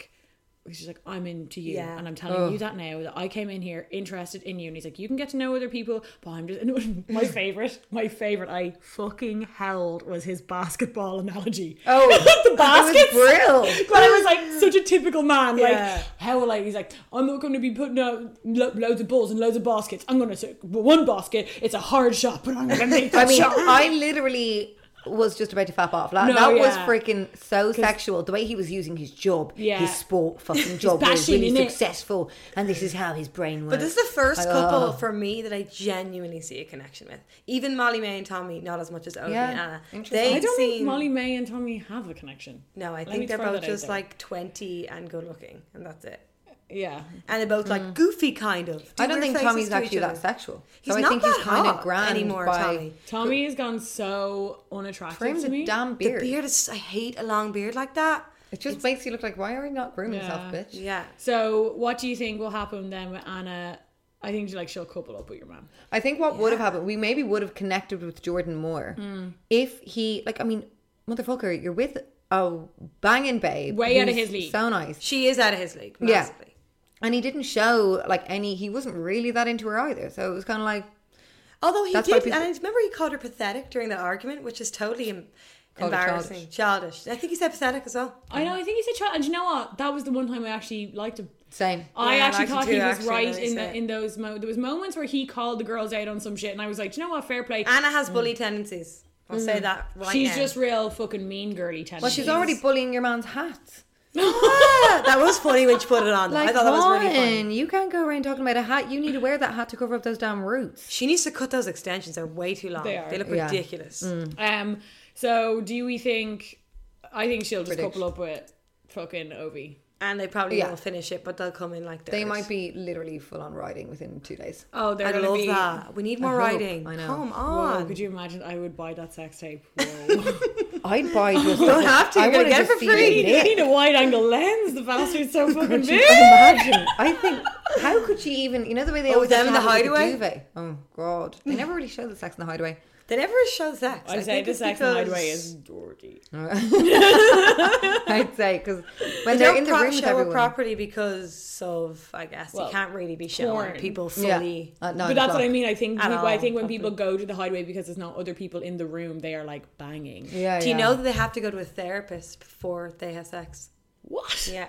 B: he was just like, I'm into you.
D: Yeah.
B: And I'm telling you that now that I came in here interested in you. And he's like, you can get to know other people, but I'm just, and my favorite, my favorite, I fucking held was his basketball analogy.
C: Oh,
B: the baskets.
C: brill.
B: But I was like such a typical man.
D: Yeah.
B: Like, how will I? He's like, I'm not going to be putting out lo- loads of balls and loads of baskets. I'm going to, one basket, it's a hard shot, but I'm going to make that
C: I mean,
B: shot.
C: I literally was just about to fap off. Like,
B: No,
C: that was
B: yeah.
C: freaking so sexual. The way he was using his job,
B: Yeah.
C: his sport, fucking job, was
B: passion,
C: really
B: innit?
C: successful, and this is how his brain works.
D: But this is the first couple for me that I genuinely see a connection with. Even Molly May and Tommy, not as much as Ovi
C: Yeah,
D: and Anna.
C: interesting.
D: They
B: I don't
D: seem,
B: think Molly May and Tommy have a connection.
D: No, I
B: Let
D: think
B: me
D: they're
B: throw
D: both
B: that out
D: just
B: there.
D: like twenty and good looking, and that's it.
B: yeah.
D: And they're both like goofy, kind of. Do
C: Hmm. I don't
D: weird
C: think
D: faces
C: Tommy's
D: to each
C: actually that
D: other.
C: sexual.
D: He's
C: so I
D: not
C: think
D: that
C: he's kind of
D: hot
C: grand
D: anymore,
C: by
D: Tommy.
B: Tommy has gone so
C: Trim
B: unattractive
C: the
B: to me.
C: damn
D: The
C: beard.
D: beard is. I hate a long beard like that.
C: It just makes you look like why are you not grooming yourself,
B: Yeah.
C: bitch?
D: Yeah.
B: so, what do you think will happen then with Anna? I think like she'll couple up with your man.
C: I think what would have happened, we maybe would have connected with Jordan more if he, like, I mean, motherfucker, you're with a banging babe,
B: Way out of
C: who's
B: his league.
C: so nice,
D: She is out of his league.
C: Yeah.
D: Massively.
C: and he didn't show like any. He wasn't really that into her either, so it was kind of like
D: Although he
C: That's why
D: did,
C: people-
D: and I remember he called her pathetic during the argument, which is totally em-
C: Called her
D: embarrassing, childish. I think he said pathetic as well.
B: I know. I think he's a child, and you know what? That was the one time I actually liked him.
C: same.
B: I
D: Yeah, I
B: actually
D: liked him
B: thought
D: too,
B: he was
D: actually,
B: right
D: when he
B: in
D: said
B: the,
D: it.
B: in those mo. There was moments where he called the girls out on some shit, and I was like, Do you know what? Fair play.
D: Anna has
C: Hmm.
D: bully tendencies. I'll say that right
B: she's
D: now.
B: just real fucking mean girly.
C: Well, she's already bullying your man's hat.
D: Ah, that was funny when she put it on. though.
C: Like,
D: I thought that was really funny.
C: Lauren, you can't go around talking about a hat. You need to wear that hat to cover up those damn roots.
D: She needs to cut those extensions. They're way too long.
B: They
D: They,
B: are.
D: look
C: Yeah. Mm.
D: ridiculous.
B: Um. So, do we think? I think she'll just
C: Prediction.
B: couple up with fucking Ovi.
D: And they probably
C: Yeah.
D: will finish it, but they'll come in like this.
C: They might be literally full on riding within two days.
B: Oh, they're
D: I
B: gonna
D: love
B: be.
D: that. We need more
C: hope.
D: writing.
C: I know.
D: Come
B: Whoa,
D: on.
B: could you imagine? I would buy that sex tape. Whoa.
C: I'd buy just.
D: don't have to,
C: I
D: you're gonna
C: wanna
D: get it
C: just
D: for
C: see
D: free.
C: it
B: you
C: lit.
B: need a wide angle lens. The bastard's so fucking
C: Could you
B: big.
C: imagine? I think. How could she even? You know the way they always
D: Oh, them
C: have to
D: in the
C: have it with
D: hideaway?
C: duvet? Oh God! They never really show the sex in the hideaway.
D: They never show sex.
B: I say
D: think
B: the
D: it's
B: sex
D: because-
B: and hideaway is dirty.
C: I'd say because when
D: They
C: they're
D: don't
C: in the
D: prop
C: room with
D: show it
C: everyone.
D: properly because of, I guess,
B: Well,
D: you can't really be showing
B: porn.
D: people
C: yeah. Uh,
D: fully.
C: At
B: but
C: nine
B: that's what I
C: o'clock.
B: mean. I think
D: At
B: people,
D: all,
B: I think when people go to the hideaway because there's not other people in the room, they are like banging.
C: Yeah.
D: Do you
C: yeah.
D: know that they have to go to a therapist before they have sex?
B: What?
D: Yeah.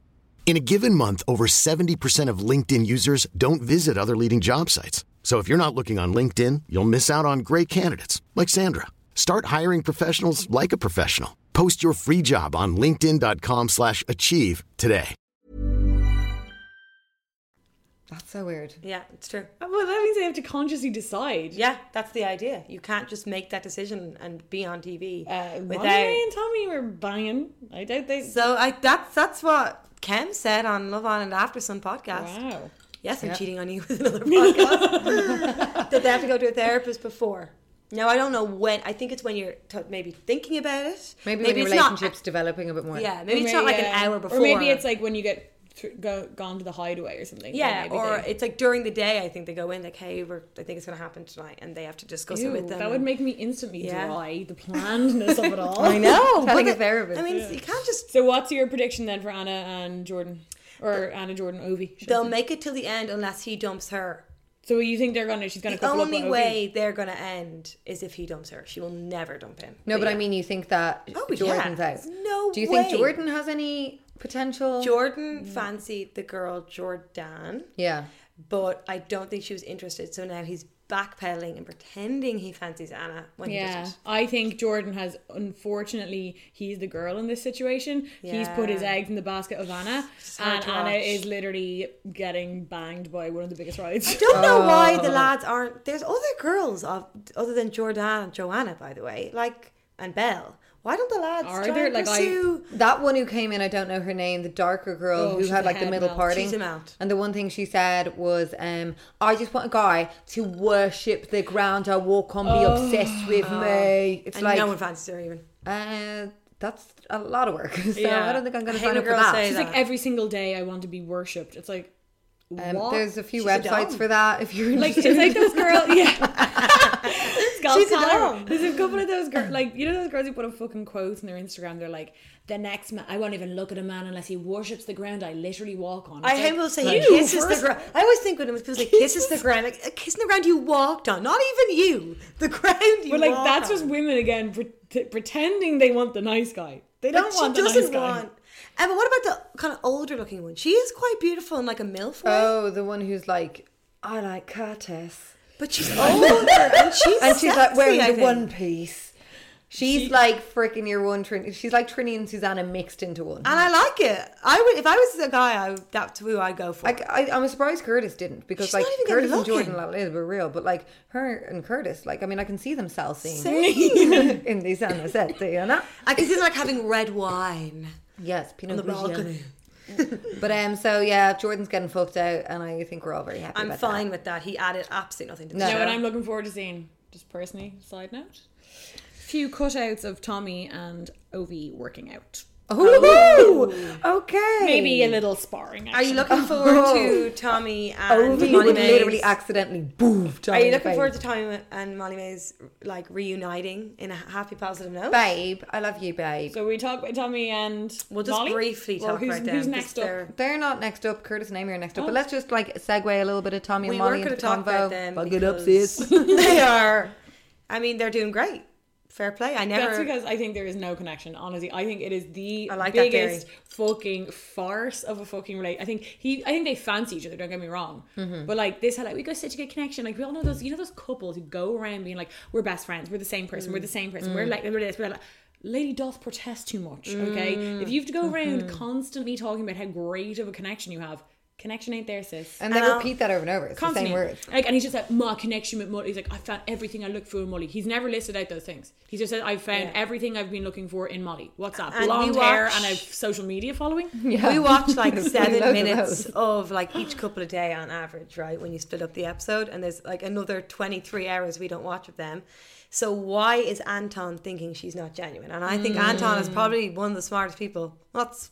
E: In a given month, over 70% of LinkedIn users don't visit other leading job sites. So if you're not looking on LinkedIn, you'll miss out on great candidates like Sandra. Start hiring professionals like a professional. Post your free job on linkedin.com/achieve slash achieve today.
C: That's so weird.
D: Yeah, it's true.
B: Uh, Well, that means they have to consciously decide.
D: Yeah, that's the idea. You can't just make that decision and be on TV
B: Uh, Molly
D: without.
B: and Tommy were banging. I doubt they.
D: So I that's that's what Kem said on Love Island After Sun podcast.
B: Wow.
D: Yes, I'm cheating on you with another podcast. that they have to go to a therapist before. Now I don't know when. I think it's when you're t- maybe thinking about it.
C: Maybe, when your
D: it's not-
C: relationship's developing a bit more.
D: yeah, maybe it's not like an
B: yeah.
D: hour before.
B: Or maybe it's like when you get th- go, gone to the hideaway or something.
D: Yeah,
B: maybe
D: or
B: they-
D: it's like during the day. I think they go in like, "Hey, we're, I think it's going to happen tonight," and they have to discuss it
B: Ew,
D: with them.
B: that would make me instantly
D: Yeah.
B: dry the plannedness of it all.
C: I know. Telling
D: But
C: a therapist.
D: I mean, you can't just.
B: So what's your prediction then for Anna and Jordan? Or Anna Jordan Ovi. should I
D: They'll
B: say.
D: make it till the end unless he dumps her.
B: So you think they're gonna she's gonna
D: The
B: couple
D: only
B: up with
D: way they're going to end is if he dumps her. She will never dump him.
C: no, but I
D: yeah.
C: mean, you think that
D: Oh, yeah.
C: Jordan's out.
D: No
C: Do you
D: way.
C: think Jordan has any
B: Oh,
C: potential?
D: Jordan fancied the girl Jordan,
C: yeah.
D: but I don't think she was interested. So now he's backpedaling and pretending he fancies Anna when
B: Ovi.
D: he
B: Yeah,
D: doesn't.
B: I think Jordan has unfortunately he's the girl in this situation. He's put his
D: Yeah.
B: eggs in the basket of Anna,
D: hard
B: and
D: to
B: Anna
D: watch.
B: is literally getting banged by one of the biggest rides.
D: Don't know why the lads aren't. There's other girls of other than Jordan and Joanna, by the way, like and Belle. Why don't the lads
B: Are
D: try
B: there?
D: and
B: Like, I-
D: pursue?
C: That one who came in, I don't know her name, the darker girl
B: Oh,
C: who
B: she's
C: had
B: a
C: like the
B: head
C: middle
B: melt.
C: parting.
D: She's a melt.
C: And the one thing she said was, um, I just want a guy to worship the ground I walk on, be obsessed with me. It's
D: Oh, and
C: like,
D: no one fancies her even.
C: uh, that's a lot of work. So
B: Yeah.
C: I don't think I'm going to
D: I hate
C: sign
D: when
C: up for
D: girls
C: that.
D: say
B: She's like
D: that.
B: every single day I want to be worshipped. It's like
C: Um,
B: what?
C: there's a few
D: She's a
C: websites
D: dom.
C: for that if you're
B: Like
C: interested.
B: it's like those girls, yeah. Skull
D: She's a
B: collar.
D: dog.
B: There's a couple of those girls, like you know those girls who put up fucking quotes on their Instagram. They're like, "The next man, I won't even look at a man unless he worships the ground I literally walk on." It's
D: I hate
B: like,
D: when people say
B: you
D: kisses
B: first-
D: the ground. I always think when people say kisses the ground, like uh, kissing the ground you walked on, not even you, the ground you.
B: But like
D: walked
B: that's
D: on.
B: just women again pre- pretending they want the nice guy. They
D: But
B: don't want
D: she
B: the
D: doesn't
B: nice guy.
D: want. And but what about the kind of older looking one? She is quite beautiful and like a milf way,
C: Oh, the one who's like, I like Curtis.
D: but she's older and she's
C: And she's like wearing
D: sexy, I
C: the
D: think.
C: one piece. She's like freaking your one Trini. She's like Trini and Susanna mixed into one.
D: And I like it. I would if I was a guy, I would- that's who I'd go for.
C: I, I, I'm surprised Curtis didn't because
D: She's
C: like
D: not even good
C: Curtis and
D: looking.
C: Jordan like, were real, but like her and Curtis, like I mean, I can see them salsing
D: Same.
C: in the sunset, you know?
D: I can see them like having red wine.
C: Yes, Pinot
D: the
C: Grigio.
D: balcony.
C: But um, so yeah, Jordan's getting fucked out, and I think we're all very happy.
D: I'm
C: about
D: fine with that. He added absolutely nothing to the
C: No.
D: show.
B: You know what I'm looking forward to seeing? Just personally, side note. Few cutouts of Tommy and Ovi working out.
C: That. Ooh, okay.
B: Maybe a little sparring. Action.
D: Are you looking forward to Tommy and
C: Ovi
D: Molly
C: Oh. would
D: Mays?
C: literally accidentally boofed.
D: Are you looking forward to Tommy and Molly Mays like reuniting in a happy positive note?
C: Babe, I love you, babe.
B: So we talk about Tommy and
D: We'll just
B: Molly?
D: briefly
B: Or
D: talk
B: who's,
D: about them.
B: Who's
D: 'cause
B: next up?
D: they're-
C: They're not next up. Curtis and Amy are next up. But let's just like segue a little bit of Tommy
D: Oh. We
C: and
D: were
C: Molly
D: going to
C: into the
D: talk about
C: convo.
D: them.
C: Bug it up,
D: because
C: sis.
D: they are. I mean, they're doing great. Fair play. I never.
B: That's because I think there is no connection. Honestly, I think it is the
D: I like that
B: biggest fucking farce of a fucking relate. I think he, I think they fancy each other. Don't get me wrong,
D: Mm-hmm.
B: but like this, like we got such a good connection. Like we all know those, you know those couples who go around being like, we're best friends, we're the same person, we're the same person,
D: Mm.
B: we're like, we're this, we're like. Lady doth protest too much. Okay,
D: Mm.
B: if you have to go around
D: Mm-hmm.
B: constantly talking about how great of a connection you have, connection ain't there, sis.
C: And they
D: And I'll-
C: repeat that over and over. It's the
B: Constantly.
C: same words.
B: Like, and he's just like, my connection with Molly. He's like, I found everything I looked for in Molly. He's never listed out those things. He just said, I found everything I've been looking for in Molly. What's that?
D: And
B: Blonde
D: we
B: hair
D: watched-
B: and a social media following.
D: We watched like seven
C: loads of
D: minutes
C: those.
D: of like each couple a day on average, right? When you split up the episode, and there's like another 23 hours we don't watch of them. So why is Anton thinking she's not genuine? And I think Anton
C: Mm.
D: is probably one of the smartest people. What's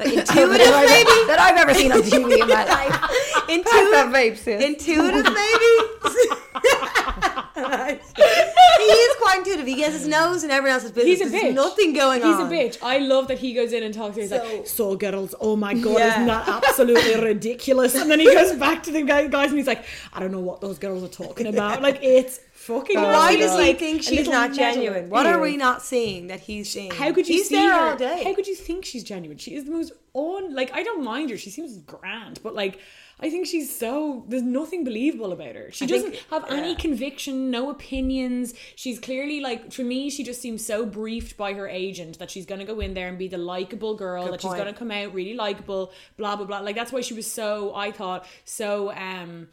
D: like, intuitive,
C: That I've-
D: maybe?
C: that I've ever seen on TV in my life.
D: Intuitive,
C: that vape, sis.
D: Intuitive, maybe. he is quite intuitive. He has his nose and everyone else's business.
B: He's a bitch.
D: There's nothing going
B: He's
D: on.
B: a bitch. I love that he goes in and talks to He's
D: So-
B: like, so girls, oh my God,
D: Yeah.
B: isn't that absolutely ridiculous? And then he goes back to the guy- guys and he's like, I don't know what those girls are talking about. Like, it's fucking
D: Why
B: ridiculous.
D: does he
B: Like,
D: think
B: a
D: she's
B: little
D: not
B: metal
D: genuine? What are we
B: ear.
D: not seeing that he's seeing?
B: How could you
D: he's
B: see
D: there
B: her?
D: all day?
B: How could you think she's genuine? She is the most on. Like I don't mind her. She seems grand, but like I think she's so there's nothing believable about her. She doesn't have any conviction, no opinions. She's clearly like for me, she just seems so briefed by her agent that she's gonna go in there and be the likable girl that she's
D: point.
B: gonna come out really likable. Blah blah blah. Like that's why she was so I thought so um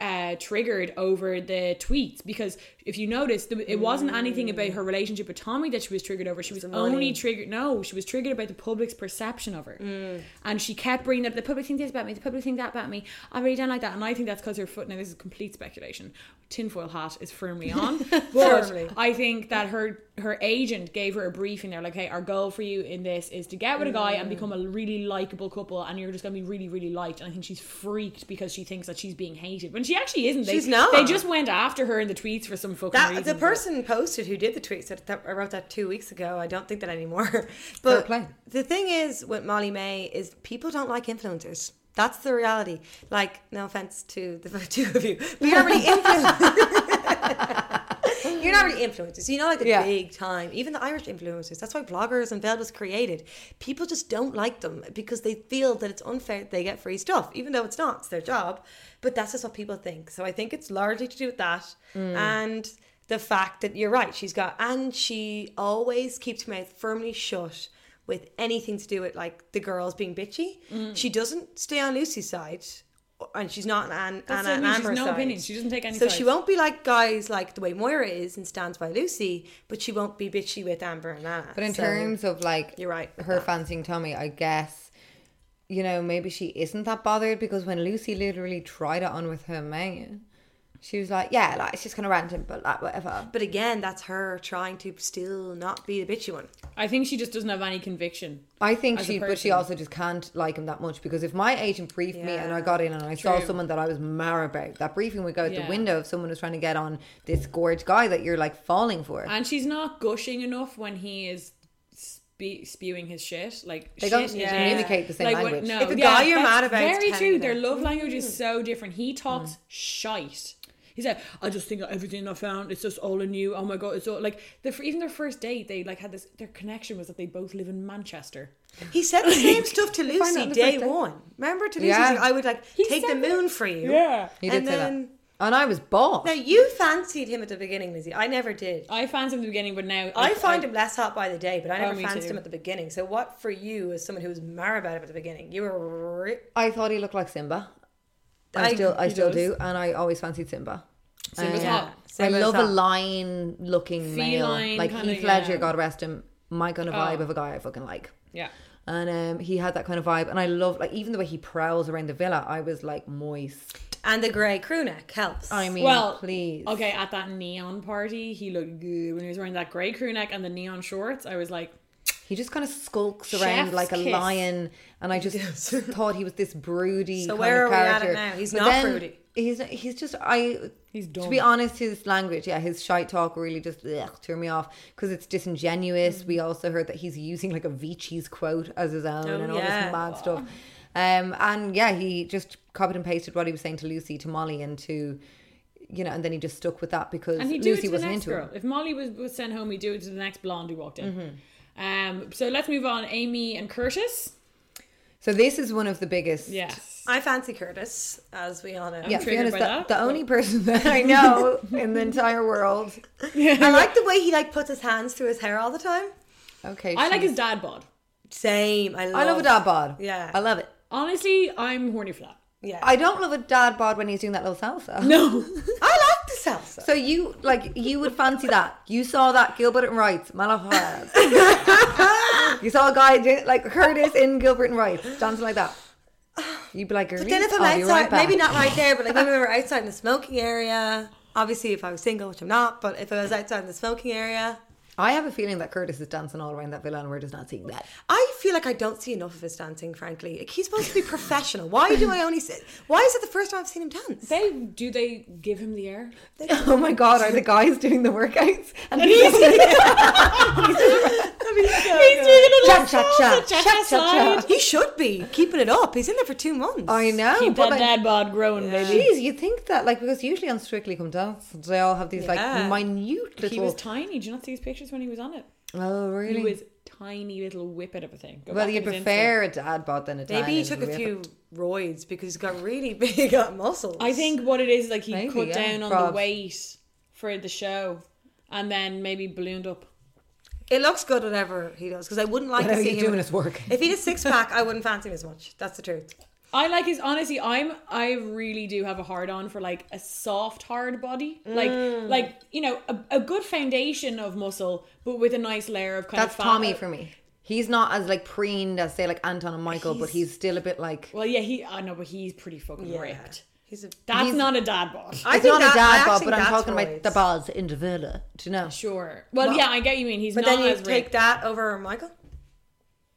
B: uh triggered over the tweets because if you notice, the, it wasn't anything about her relationship with Tommy that she was triggered over. She was only triggered. No, she was triggered about the public's perception of her, and she kept bringing up the public think this about me, the public think that about me. I really don't like that, and I think that's because her foot. Now this is complete speculation. Tinfoil hat is firmly on, but I think that her her agent gave her a briefing. They're like, hey, our goal for you in this is to get with a guy and become a really likable couple, and you're just gonna be really really liked. And I think she's freaked because she thinks that she's being hated when she actually isn't. They,
D: She's not.
B: They just went after her in the tweets for some fucking reason.
D: That the
B: but-
D: person posted who did the tweet said that I wrote that two weeks ago. I don't think that anymore. But
C: play.
D: the thing is with Molly May is people don't like influencers. That's the reality. Like, no offense to the two of you, we are really influencers. You're not really influencers. You're not like the
C: Yeah.
D: big time. Even the Irish influencers. That's why bloggers and Veil was created. People just don't like them because they feel that it's unfair that they get free stuff, even though it's not. It's their job. But that's just what people think. So I think it's largely to do with that.
B: Mm.
D: And the fact that you're right, she's got and she always keeps her mouth firmly shut with anything to do with like the girls being bitchy.
B: Mm.
D: She doesn't stay on Lucy's side. And she's not an,
B: That's what I
D: Anna and
B: mean, she's
D: Amber's
B: no
D: side.
B: opinion. She doesn't take any
D: So she
B: sides.
D: won't be like guys like the way Moira is and stands by Lucy, but she won't be bitchy with Amber and Anna.
C: But in
D: So-
C: terms of like
D: You're right with
C: her
D: that.
C: fancying Tommy, I guess you know maybe she isn't that bothered because when Lucy literally tried it on with her man, she was like, "Yeah, like it's just kind of random, but like whatever."
D: But again, that's her trying to still not be the bitchy one.
B: I think she just doesn't have any conviction.
C: I think
B: As a
C: she, but she
B: person.
C: also just can't like him that much because if my agent briefed me and I
D: Yeah.
C: got in and I saw
B: True.
C: someone that I was mad about, that briefing would go out
B: Yeah.
C: the window if someone was trying to get on this gorge guy that you're like falling for.
B: And she's not gushing enough when he is spe- spewing his shit. Like
C: They
B: shit
C: don't
B: is-
C: communicate the same
B: when-
C: language. Mm.
B: no,
D: If a guy you're
B: that's
D: mad about is Mm.
B: very
D: telling
B: true.
D: you
B: Their
D: that.
B: love language is so different. He talks shite. He said, "I just think everything I found, it's just all in you. Oh my god, it's all like the, even their first date. They like had this. Their connection was that they both live in Manchester.
D: He said the same stuff to
C: find out
D: Lucy
C: on the
D: day
C: first day.
D: one. Remember to Lucy,
C: Yeah.
D: he's like, I would like take the
B: said that.
D: moon for you.
B: Yeah.
C: he did
D: and
C: say
D: then,
C: that, and I was bought.
D: Now you fancied him at the beginning, Lizzie. I never did.
B: I fans him at the beginning, but now
D: I find him less hot by the day,
C: Oh,
D: but I never
B: me
D: fancied
B: too.
D: him at the beginning. So what for you as someone who was mad about him at the beginning? You were ri-
C: I thought he looked like Simba. I,
D: I-
C: still, I
D: he
C: still
D: does.
C: do, and I always fancied Simba.
B: Simba's
C: Uh,
B: hot.
D: Simba's
C: I love
D: hot.
C: a lion-looking male,
B: Feline
C: like
B: kinda,
C: Heath Ledger.
B: yeah. Oh.
C: God rest him. My kind of vibe of a guy I fucking like.
B: Yeah.
C: And um, he had that kind of vibe, and I love like even the way he prowls around the villa. I was like moist.
D: and the grey crew neck helps.
C: I mean,
B: Well,
C: please.
B: Okay, at that neon party, he looked good when he was wearing that grey crew neck and the neon shorts. I was like,
C: He just kind of skulks around
B: Chef's
C: like a
B: kiss.
C: lion, and I just thought he was this broody.
D: So
C: kind
D: where
C: of
D: are we at it
C: character.
D: now? He's
C: But
D: not
C: then
D: broody.
C: He's he's just I.
B: He's
C: To
B: dumb.
C: be honest, his language, yeah, his shy talk really just ugh, turned me off because it's disingenuous.
D: Mm.
C: We also heard that he's using like a Vici's quote as his own and all
D: Oh, yeah.
C: this mad stuff. Um, and yeah, he just copied and pasted what he was saying to Lucy, to Molly, and to you know, and then he just stuck with that because
B: and he'd do
C: Lucy
B: it to the
C: wasn't
B: next
C: into
B: girl.
C: it.
B: If Molly was, was sent home, he'd do it to the next blonde who walked in.
C: Mm-hmm.
B: Um, so let's move on. Amy and Curtis.
C: So this is one of the biggest.
B: Yes.
D: I fancy Curtis, as we all know.
C: Yeah,
B: triggered
C: Fiona's
B: by
C: the,
B: that,
C: the only person that I know in the entire world.
D: I like the way he like puts his hands through his hair all the time.
C: Okay,
B: I like
C: she's-
B: his dad bod.
D: Same. I love,
C: I love a dad bod.
D: Yeah.
C: I love it.
B: Honestly, I'm horny for that.
D: Yeah.
C: I don't love a dad bod when he's doing that little salsa.
B: No.
D: I like the salsa.
C: So you like you would fancy that? You saw that Gilbert and Wright, Malahar. you saw a guy doing, like Curtis in Gilbert and Wright dancing like that. You'd be like,
D: But then if I'm
C: i
D: outside, maybe not right there, but like maybe we were outside in the smoking area. Obviously, if I was single, which I'm not, but if I was outside in the smoking area,
C: I have a feeling that Curtis is dancing all around that villa, and we're just not seeing that.
D: I feel like I don't see enough of his dancing. Frankly, like he's supposed to be professional. Why do I only see? Why is it the first time I've seen him dance?
B: They do they give him the air?
C: Oh my god, are the guys doing the workouts? And
B: he's-
C: he's,
B: He's doing a
C: Cha, cha, cha.
B: salsa,
C: Cha, cha,
B: slide.
C: cha.
D: He should be keeping it up. He's in there for two months.
C: I know.
B: Keep that
C: but like,
B: dad bod growing, baby.
C: Jeez, you think that like because usually on Strictly Come Dance they all have these
D: Yeah.
C: like minute little.
B: He was tiny. Do you not see his pictures when he was on it?
C: oh really?
B: He was tiny little whippet of a thing. Go
C: well,
B: back
C: you'd
B: on his Instagram.
C: prefer a dad bod than a dad.
D: Maybe he took a few roids because he's got really big uh, muscles.
B: I think what it is like he
C: Maybe,
B: cut
C: yeah.
B: down on the
C: Probs.
B: weight for the show, and then maybe ballooned up.
D: it looks good whatever he does because I wouldn't like
C: Whatever
D: to see
C: he's
D: him
C: doing is work.
D: If he had a six pack, I wouldn't fancy him as much. That's the truth.
B: I like his honestly. I'm I really do have a hard on for like a soft hard body, like
D: Mm.
B: like you know a, a good foundation of muscle, but with a nice layer of kind
C: That's
B: of fat.
C: Tommy for me. He's not as like preened as say like Anton and Michael, but he's still a bit like.
B: Well, yeah, he I know, but he's pretty fucking ripped.
D: He's Uh, a.
B: That's not a dad bod.
D: I
C: It's not a dad
D: I
C: bod,
D: actually
C: but I'm
D: that's
C: talking
D: right.
C: about the balls in the villa. Do you know?
B: Sure. Well, yeah, I get you. Mean he's
D: But
B: not
D: then you
B: as
D: take
B: ripped.
D: that over Michael.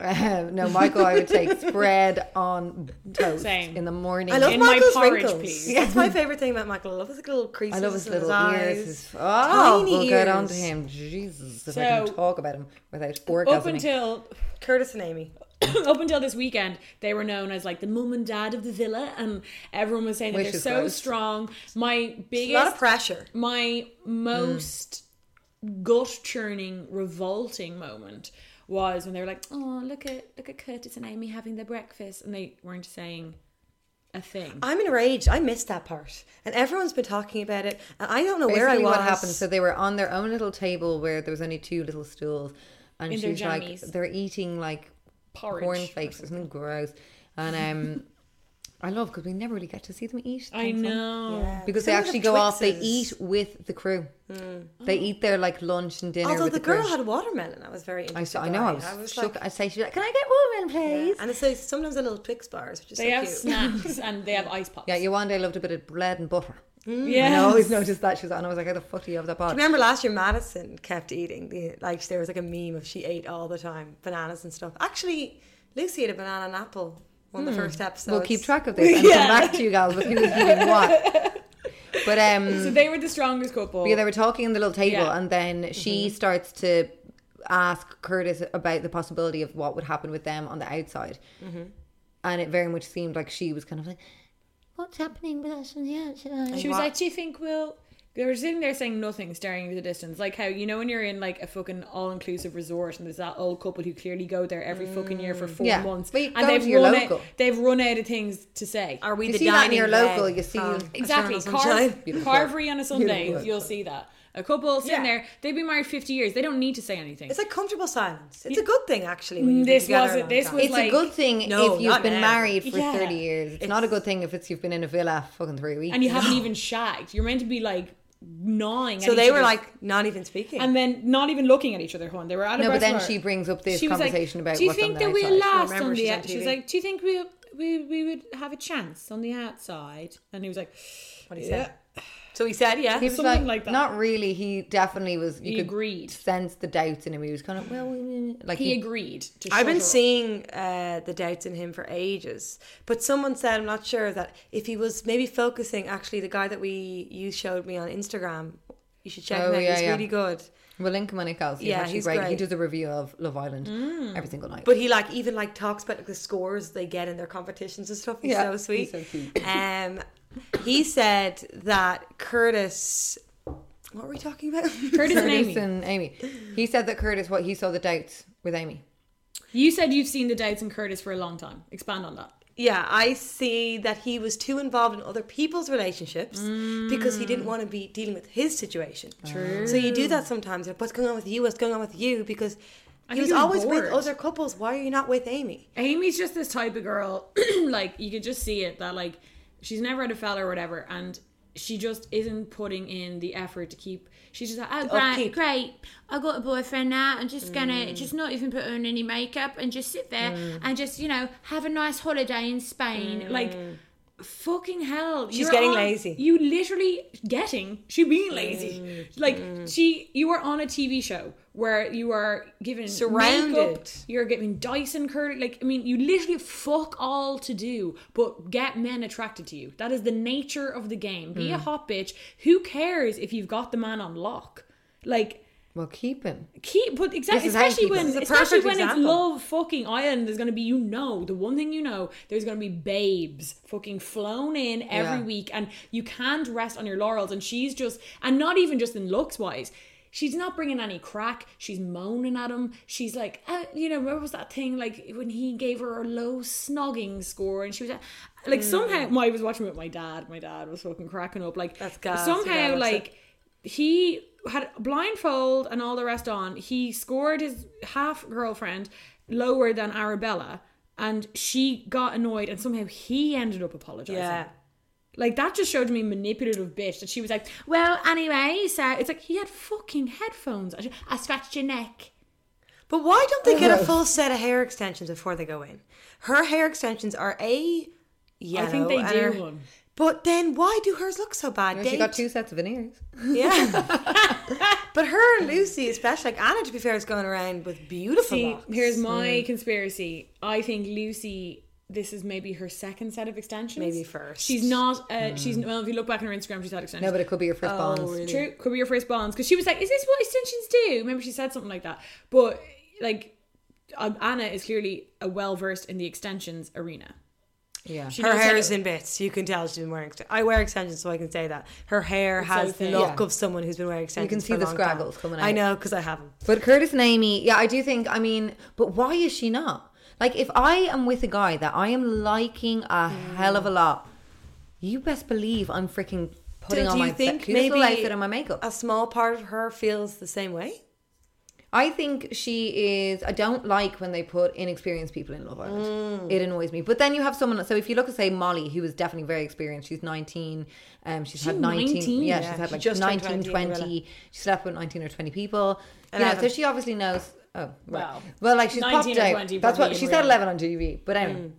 C: no, Michael, I would take spread on toast
B: Same.
C: in the morning.
D: I love
B: In my
D: Michael's
B: porridge,
D: wrinkles.
B: please.
D: That's my favorite thing about Michael. I love his little creases.
C: I love his
D: in
C: little
D: eyes.
C: ears. His, oh,
D: Tiny
C: we'll get
D: ears.
C: on to him. Jesus, if I can
B: So-
C: talk about him without
B: Up
C: orgasming.
B: until
D: Curtis and Amy.
B: up until this weekend, they were known as like the mum and dad of the villa, and everyone was saying that
C: Which
B: they're
C: is
B: so
C: gross.
B: strong. My
D: A
B: biggest
D: lot of pressure.
B: my most gut churning, revolting moment was when they were like, "Oh, look at look at Curtis and Amy having their breakfast," and they weren't saying a thing.
D: I'm enraged. I missed that part, and everyone's been talking about it, and I don't know where I
C: Basically
D: was.
C: what happened. So they were on their own little table where there was only two little stools, and
B: In their
C: she's like,
B: jammies.
C: they're eating like
B: Porridge
C: cornflakes or something gross, and um, I love because we never really get to see them eat.
B: I
C: things, huh?
B: know.
C: because they
D: Some of
C: actually
D: the
C: go off. They
D: Twixes.
C: eat with the crew. They eat their like lunch and dinner.
D: Although
C: with
D: the
C: the,
D: girl
C: crew.
D: had watermelon, I was very. Interested
C: I, saw, I know. I
D: by it.
C: was, shook.
D: like,
C: I say, she's like, "Can I get woman, please?"
D: and it's like sometimes the little Twix bars, which is
B: They
D: so
B: have
D: cute.
B: snacks and they have ice pops.
C: Yeah, Yawanda loved a bit of bread and butter.
B: yeah.
C: And I always noticed that she was on. I was like, how the fuck do you have that bottle?
D: Remember last year, Madison kept eating. The, like there was like a meme of she ate all the time bananas and stuff. Actually, Lucy ate a banana and apple on the first episode.
C: Hmm. We'll keep track of this and come back to you guys with who's eating what. But um,
B: So they were the strongest couple.
C: yeah, they were talking in the little table,
B: Yeah. Mm-hmm.
C: and then she starts to ask Curtis about the possibility of what would happen with them on the outside,
B: Mm-hmm.
C: and it very much seemed like she was kind of like, "What's happening with us on the outside?"
B: she was like, "Do you think we'll?" They were sitting there saying nothing, staring into the distance, like how you know when you're in like a fucking all-inclusive resort, and there's that old couple who clearly go there every fucking year for four
C: Yeah.
B: months,
C: But you
B: and
C: go to
B: they've
C: your
B: run
C: local.
B: out, they've run out of things to say.
D: Are we
C: You
D: the
C: see that in
D: dining
C: your local,
D: red
C: you see-
D: from
B: Exactly.
D: Eternal Sunshine?
B: Car,
C: Beautiful.
B: car free on a Sunday,
C: Beautiful.
B: you'll see that. A couple sitting
D: Yeah.
B: there, they've been married 50 years. They don't need to say anything.
D: It's a comfortable silence. It's a good thing actually. When you've been
B: This
D: together a
B: wasn't-
D: long
B: this
D: time.
B: was
C: It's
B: like-
C: a good thing
D: No,
C: if you've
D: not
C: been
D: now.
C: married for
B: Yeah.
C: 30 years. It's, not a good thing if it's you've been in a villa fucking three weeks.
B: and you haven't even shagged. You're meant to be like gnawing.
D: So
B: at
D: they
B: each
D: were
B: other's-
D: like not even speaking.
B: and then not even looking at each other. When they were out of
C: No, but then
B: breath.
C: she brings up this
B: She was like,
C: conversation about
B: Do you
C: what's on
B: think
C: the
B: that we'll
C: outside?"
B: last
D: Remember,
B: on
D: she's
B: the?
D: on
B: out-" She was
D: TV.
B: like, Do you think we'll we, we would have a chance on the outside? And he was like,
D: what he said. So he said, yeah.
C: He was
B: something
C: like,
B: like that.
C: Not really. He definitely was. You
B: He
C: could
B: agreed.
C: Sense the doubts in him. He was kind of well, we- we- like
B: He agreed. To
D: I've
B: shut
D: been
B: her up.
D: seeing uh, the doubts in him for ages, but someone said I'm not sure that if he was maybe focusing. Actually, the guy that we you showed me on Instagram, you should check
C: Oh,
D: him out.
C: yeah,
D: he's
C: yeah.
D: really good.
C: We'll link him on it, Kelsey.
D: Yeah,
C: Yeah, he's
D: he's
C: great. He
D: great.
C: does a review of Love Island
B: Mm.
C: every single night.
D: But he like even like talks about like, the scores they get in their competitions and stuff. He's
C: Yeah,
D: so sweet.
C: he's so cute.
D: Um, he said that Curtis. What were we talking about?
B: Curtis and
C: Curtis
B: Amy.
C: and Amy. He said that Curtis, what he saw the doubts with Amy.
B: you said you've seen the doubts in Curtis for a long time. Expand on that.
D: Yeah, I see that he was too involved in other people's relationships because he
B: Mm.
D: didn't want to be dealing with his situation. True. So you do that sometimes. Like, what's going on with you? What's going on with you? Because he
B: think
D: was
B: he was
D: always with
B: bored.
D: other couples. Why are you not with Amy?
B: Amy's just this type of girl, like you could just see it that like she's never had a fella or whatever, and she just isn't putting in the effort to keep. She's just like, oh great,
D: upkeep. Mm.
B: great, I got a boyfriend now, and just gonna just not even put on any makeup and just sit there and just you know have a nice holiday in Spain, like. Fucking hell! She's
D: Mm. getting lazy.
B: You literally getting. She being lazy.
D: Mm.
B: Like she, you are on a TV show where you are given
D: Surrounded.
B: makeup, you're giving Dyson curly. Like, I mean, you literally have fuck all to do but get men attracted to you. That is the nature of the game. Be a hot bitch. Who cares if you've got the man on lock? Like,
C: Well, keep him.
B: keep, but exactly,
C: is how you
B: especially
C: keep it.
B: when,
C: This is
D: a
B: especially
D: perfect
B: when it's
D: example.
B: love fucking island, there's going to be, you know, the one thing you know, there's going to be babes fucking flown in every
C: Yeah.
B: week and you can't rest on your laurels. And she's just, and not even just in looks wise. She's not bringing any crack. She's moaning at him. She's like, uh, you know, where was that thing like when he gave her a low snogging score, and she was like, like
C: Mm.
B: somehow. Well, I was watching with my dad. My dad was fucking cracking up. Like
D: That's gas, your dad
B: somehow,
D: loves
B: like he had blindfold and all the rest on. He scored his half girlfriend lower than Arabella. and she got annoyed, and somehow he ended up apologizing.
D: Yeah.
B: Like that just showed me manipulative bitch that she was like, well, anyway, so it's like he had fucking headphones. I, sh- I scratched your neck.
D: But why don't they get a full set of hair extensions before they go in? Her hair extensions are a yellow.
B: I think they
D: and
B: do
D: her-
B: one.
D: But then why do hers look so bad?
C: She
D: They-
C: got two sets of veneers.
D: Yeah. but her and Lucy, especially like Anna, to be fair, is going around with beautiful.
B: See,
D: locks.
B: here's my
D: Mm.
B: conspiracy. I think Lucy, this is maybe her second set of extensions.
D: Maybe first.
B: She's not. Uh, She's well. If you look back on her Instagram, she's had extensions.
C: No, but it could be your
B: Oh,
C: first bonds.
B: True. Could be your first bonds because she was like, "Is this what extensions do?" Remember, she said something like that. But like, um, Anna is clearly a well versed in the extensions arena.
C: Yeah.
B: She
D: her
B: knows
D: hair
B: how-
D: is in bits. You can tell she's been wearing. ext- I wear extensions, so I can say that her hair has the
B: thin.
D: look
C: Yeah.
D: of someone who's been wearing extensions.
C: can see
D: for a
C: the
D: long time.
C: scraggles coming out.
D: I know because I have them.
C: But Curtis and Amy, yeah, I do think, I mean, but why is she not? Like, if I am with a guy that I am liking a hell of a lot, you best believe I'm freaking putting
D: Do-
C: on
D: do
C: my
D: you think
C: cuticle
D: maybe
C: outfit and my makeup.
D: A small part of her feels the same way.
C: I think she is. I don't like when they put inexperienced people in Love
B: Mm.
C: Island. It annoys me. But then you have someone. So if you look at say Molly, who is definitely very experienced. She's nineteen. Um, she's had nineteen.
B: 19?
C: Yeah,
D: Yeah,
C: she's had
D: she
C: like
D: just turned
C: 19,
D: 20,
C: 20.
D: Marilla.
C: She slept with nineteen or twenty people. You know, so
D: Eleven.
C: she obviously knows. Oh, right.
B: Well,
C: well, like she's
B: 19
C: popped
B: or
C: out.
B: 20
C: That's
B: probably
C: what
B: in
C: she
B: real
C: said.
B: life. Mm.
C: Eleven on TV, but anyway,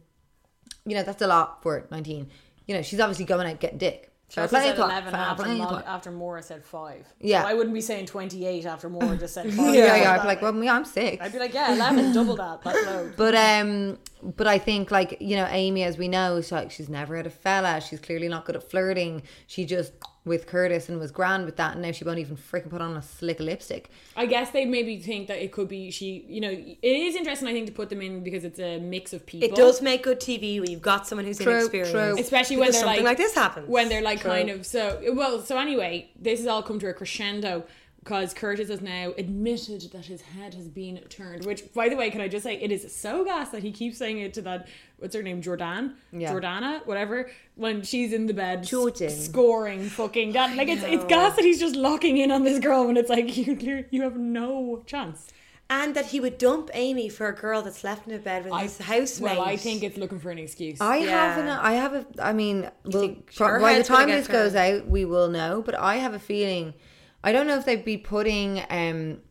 C: you know that's a lot for nineteen. You know, she's obviously going out getting dick.
B: She
C: Fair
B: also
C: play
B: said
C: to her.
B: 11
C: Fair
B: after,
C: play to
B: Mo-
C: her.
B: after Mora said five.
C: Yeah.
B: So I wouldn't be saying 28 after Mora just said five.
C: Yeah, yeah. I'd be like, well, yeah, I'm six.
B: I'd be like, yeah, 11, double that. That's low.
C: But um, but I think like you know, Amy, as we know, she's like she's never had a fella. She's clearly not good at flirting. She just with Curtis and was grand with that, and now she won't even freaking put on a slick lipstick.
B: I guess they maybe think that it could be she, you know, it is interesting, I think, to put them in because it's a mix of people.
D: It does make good TV when you've got someone who's
C: True,
D: inexperienced.
C: true.
B: Especially when
D: Because
B: they're
D: something
B: like,
D: like this happens.
B: When they're like kind of so well. So anyway, this has all come to a crescendo because Curtis has now admitted that his head has been turned. Which, by the way, can I just say it is so gas that he keeps saying it to that what's her name, Jordan,
C: Yeah.
B: Jordana, whatever. When she's in the bed,
C: Jordan.
B: s- scoring fucking that. Like it's it's gas that he's just locking in on this girl when it's like you clear you have no chance.
D: and that he would dump Amy for a girl that's left in a bed with his housemate.
B: Well, I think it's looking for an excuse.
C: I have
D: Yeah.
C: an, I have a, I mean, well,
D: think
C: pro-
D: her
C: by the
D: head's gonna
C: time
D: get
C: this goes out, we will know. But I have a feeling, I don't know if they'd be putting um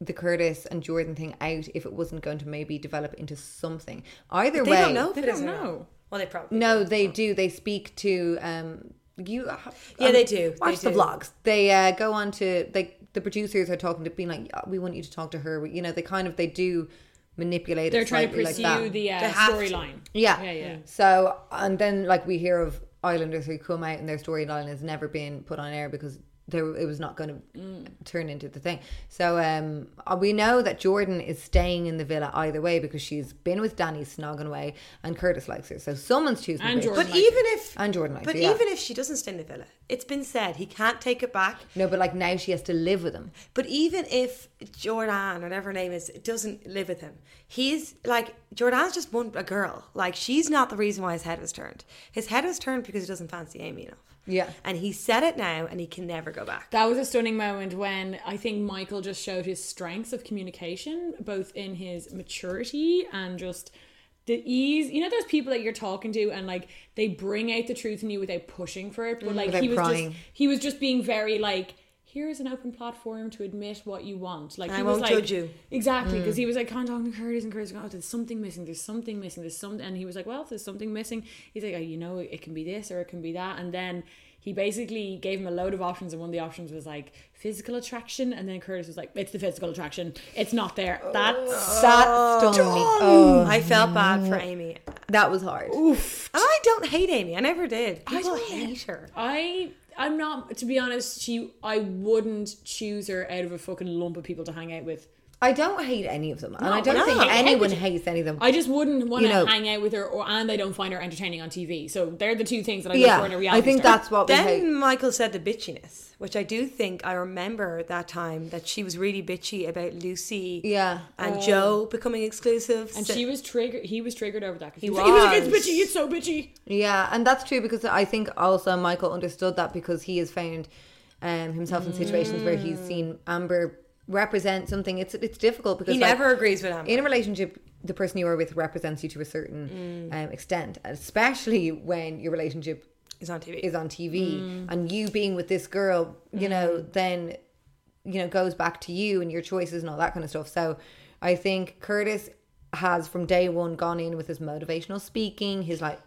C: the Curtis and Jordan thing out if it wasn't going to maybe develop into something. Either
D: they
C: way,
D: don't know. If
B: They
D: it is
B: don't
D: or not.
B: know.
D: Well, they probably
C: No, they do. They speak to um you. um,
D: Yeah, they do.
C: Watch
D: They
C: the
D: do.
C: vlogs. They uh, go on to like the producers are talking to being like, "Yeah, we want you to talk to her. You know, they kind of they do manipulate.
B: They're
C: it
B: trying to
C: slightly
B: pursue
C: like that.
B: the uh,
D: They have to.
B: storyline.
C: yeah.
B: Yeah, yeah.
C: So and then like we hear of Islanders who come out and their storyline has never been put on air because. There, it was not going to
B: Mm.
C: turn into the thing. So um, uh, we know that Jordan is staying in the villa either way because she's been with Danny snogging away, and Curtis likes her. So someone's choosing.
B: And
C: to be.
B: Jordan
D: But
B: Like-
D: even if
C: And Jordan Knight,
D: but
C: yeah.
D: even if she doesn't stay in the villa, it's been said he can't take it back.
C: No, but like now she has to live with him.
D: But even if Jordan, whatever her name is, doesn't live with him, he's like Jordan's just one a girl. Like she's not the reason why his head was turned. His head was turned because he doesn't fancy Amy enough.
C: Yeah.
D: and he said it now, and he can never go back.
B: That was a stunning moment when I think Michael just showed his strengths of communication, both in his maturity and just the ease. You know those people that you're talking to and like they bring out the truth in you without pushing for it, but like
C: Mm, Without
B: he was
C: prying.
B: just he was just being very like here is an open platform to admit what you want. Like
D: I
B: he was
D: won't
B: like,
D: judge you.
B: Exactly, because
C: Mm.
B: he was like, "Can't talk to Curtis," and Curtis was like, "Oh, there's something missing. There's something missing. There's something." And he was like, "Well, if there's something missing." He's like, oh, "You know, it can be this or it can be that." And then he basically gave him a load of options, and one of the options was like physical attraction, and then Curtis was like, "It's the physical attraction. It's not there. That's
C: That stung me. Oh,
D: I felt bad for Amy, and
C: that was hard.
D: I don't hate Amy. I never did. People
B: don't
D: hate her.
B: I." I'm not to be honest. She, I wouldn't choose her out of a fucking lump of people to hang out with.
C: I don't hate any of them, and I don't
D: no.
C: think
D: How could
C: anyone hates any of them.
B: I just wouldn't want to
C: You know-
B: hang out with her, or and I don't find her entertaining on TV. So they're the two things that I look
C: yeah,
B: for in a reality
C: I think
B: star.
C: that's what we hate.
D: Then Michael said the bitchiness, which I do think I remember that time that she was really bitchy about Lucy
C: Yeah.
D: and Joe becoming exclusive.
B: And she was triggered. He was triggered over that. He,
D: He
B: was. he was like, "It's
D: was.
B: bitchy. It's so bitchy."
C: Yeah, and that's true because I think also Michael understood that because he has found um, himself in situations where
D: Mm.
C: he's seen Amber represent something. It's it's difficult because
D: he
C: like,
D: never agrees with Amber.
C: in a relationship the person you are with represents you to a certain
D: Mm.
C: um, extent, especially when your relationship
D: It's on TV.
C: is on TV
B: Mm.
C: and you being with this girl, you know, then you know goes back to you and your choices and all that kind of stuff. So I think Curtis has from day one gone in with his motivational speaking, his like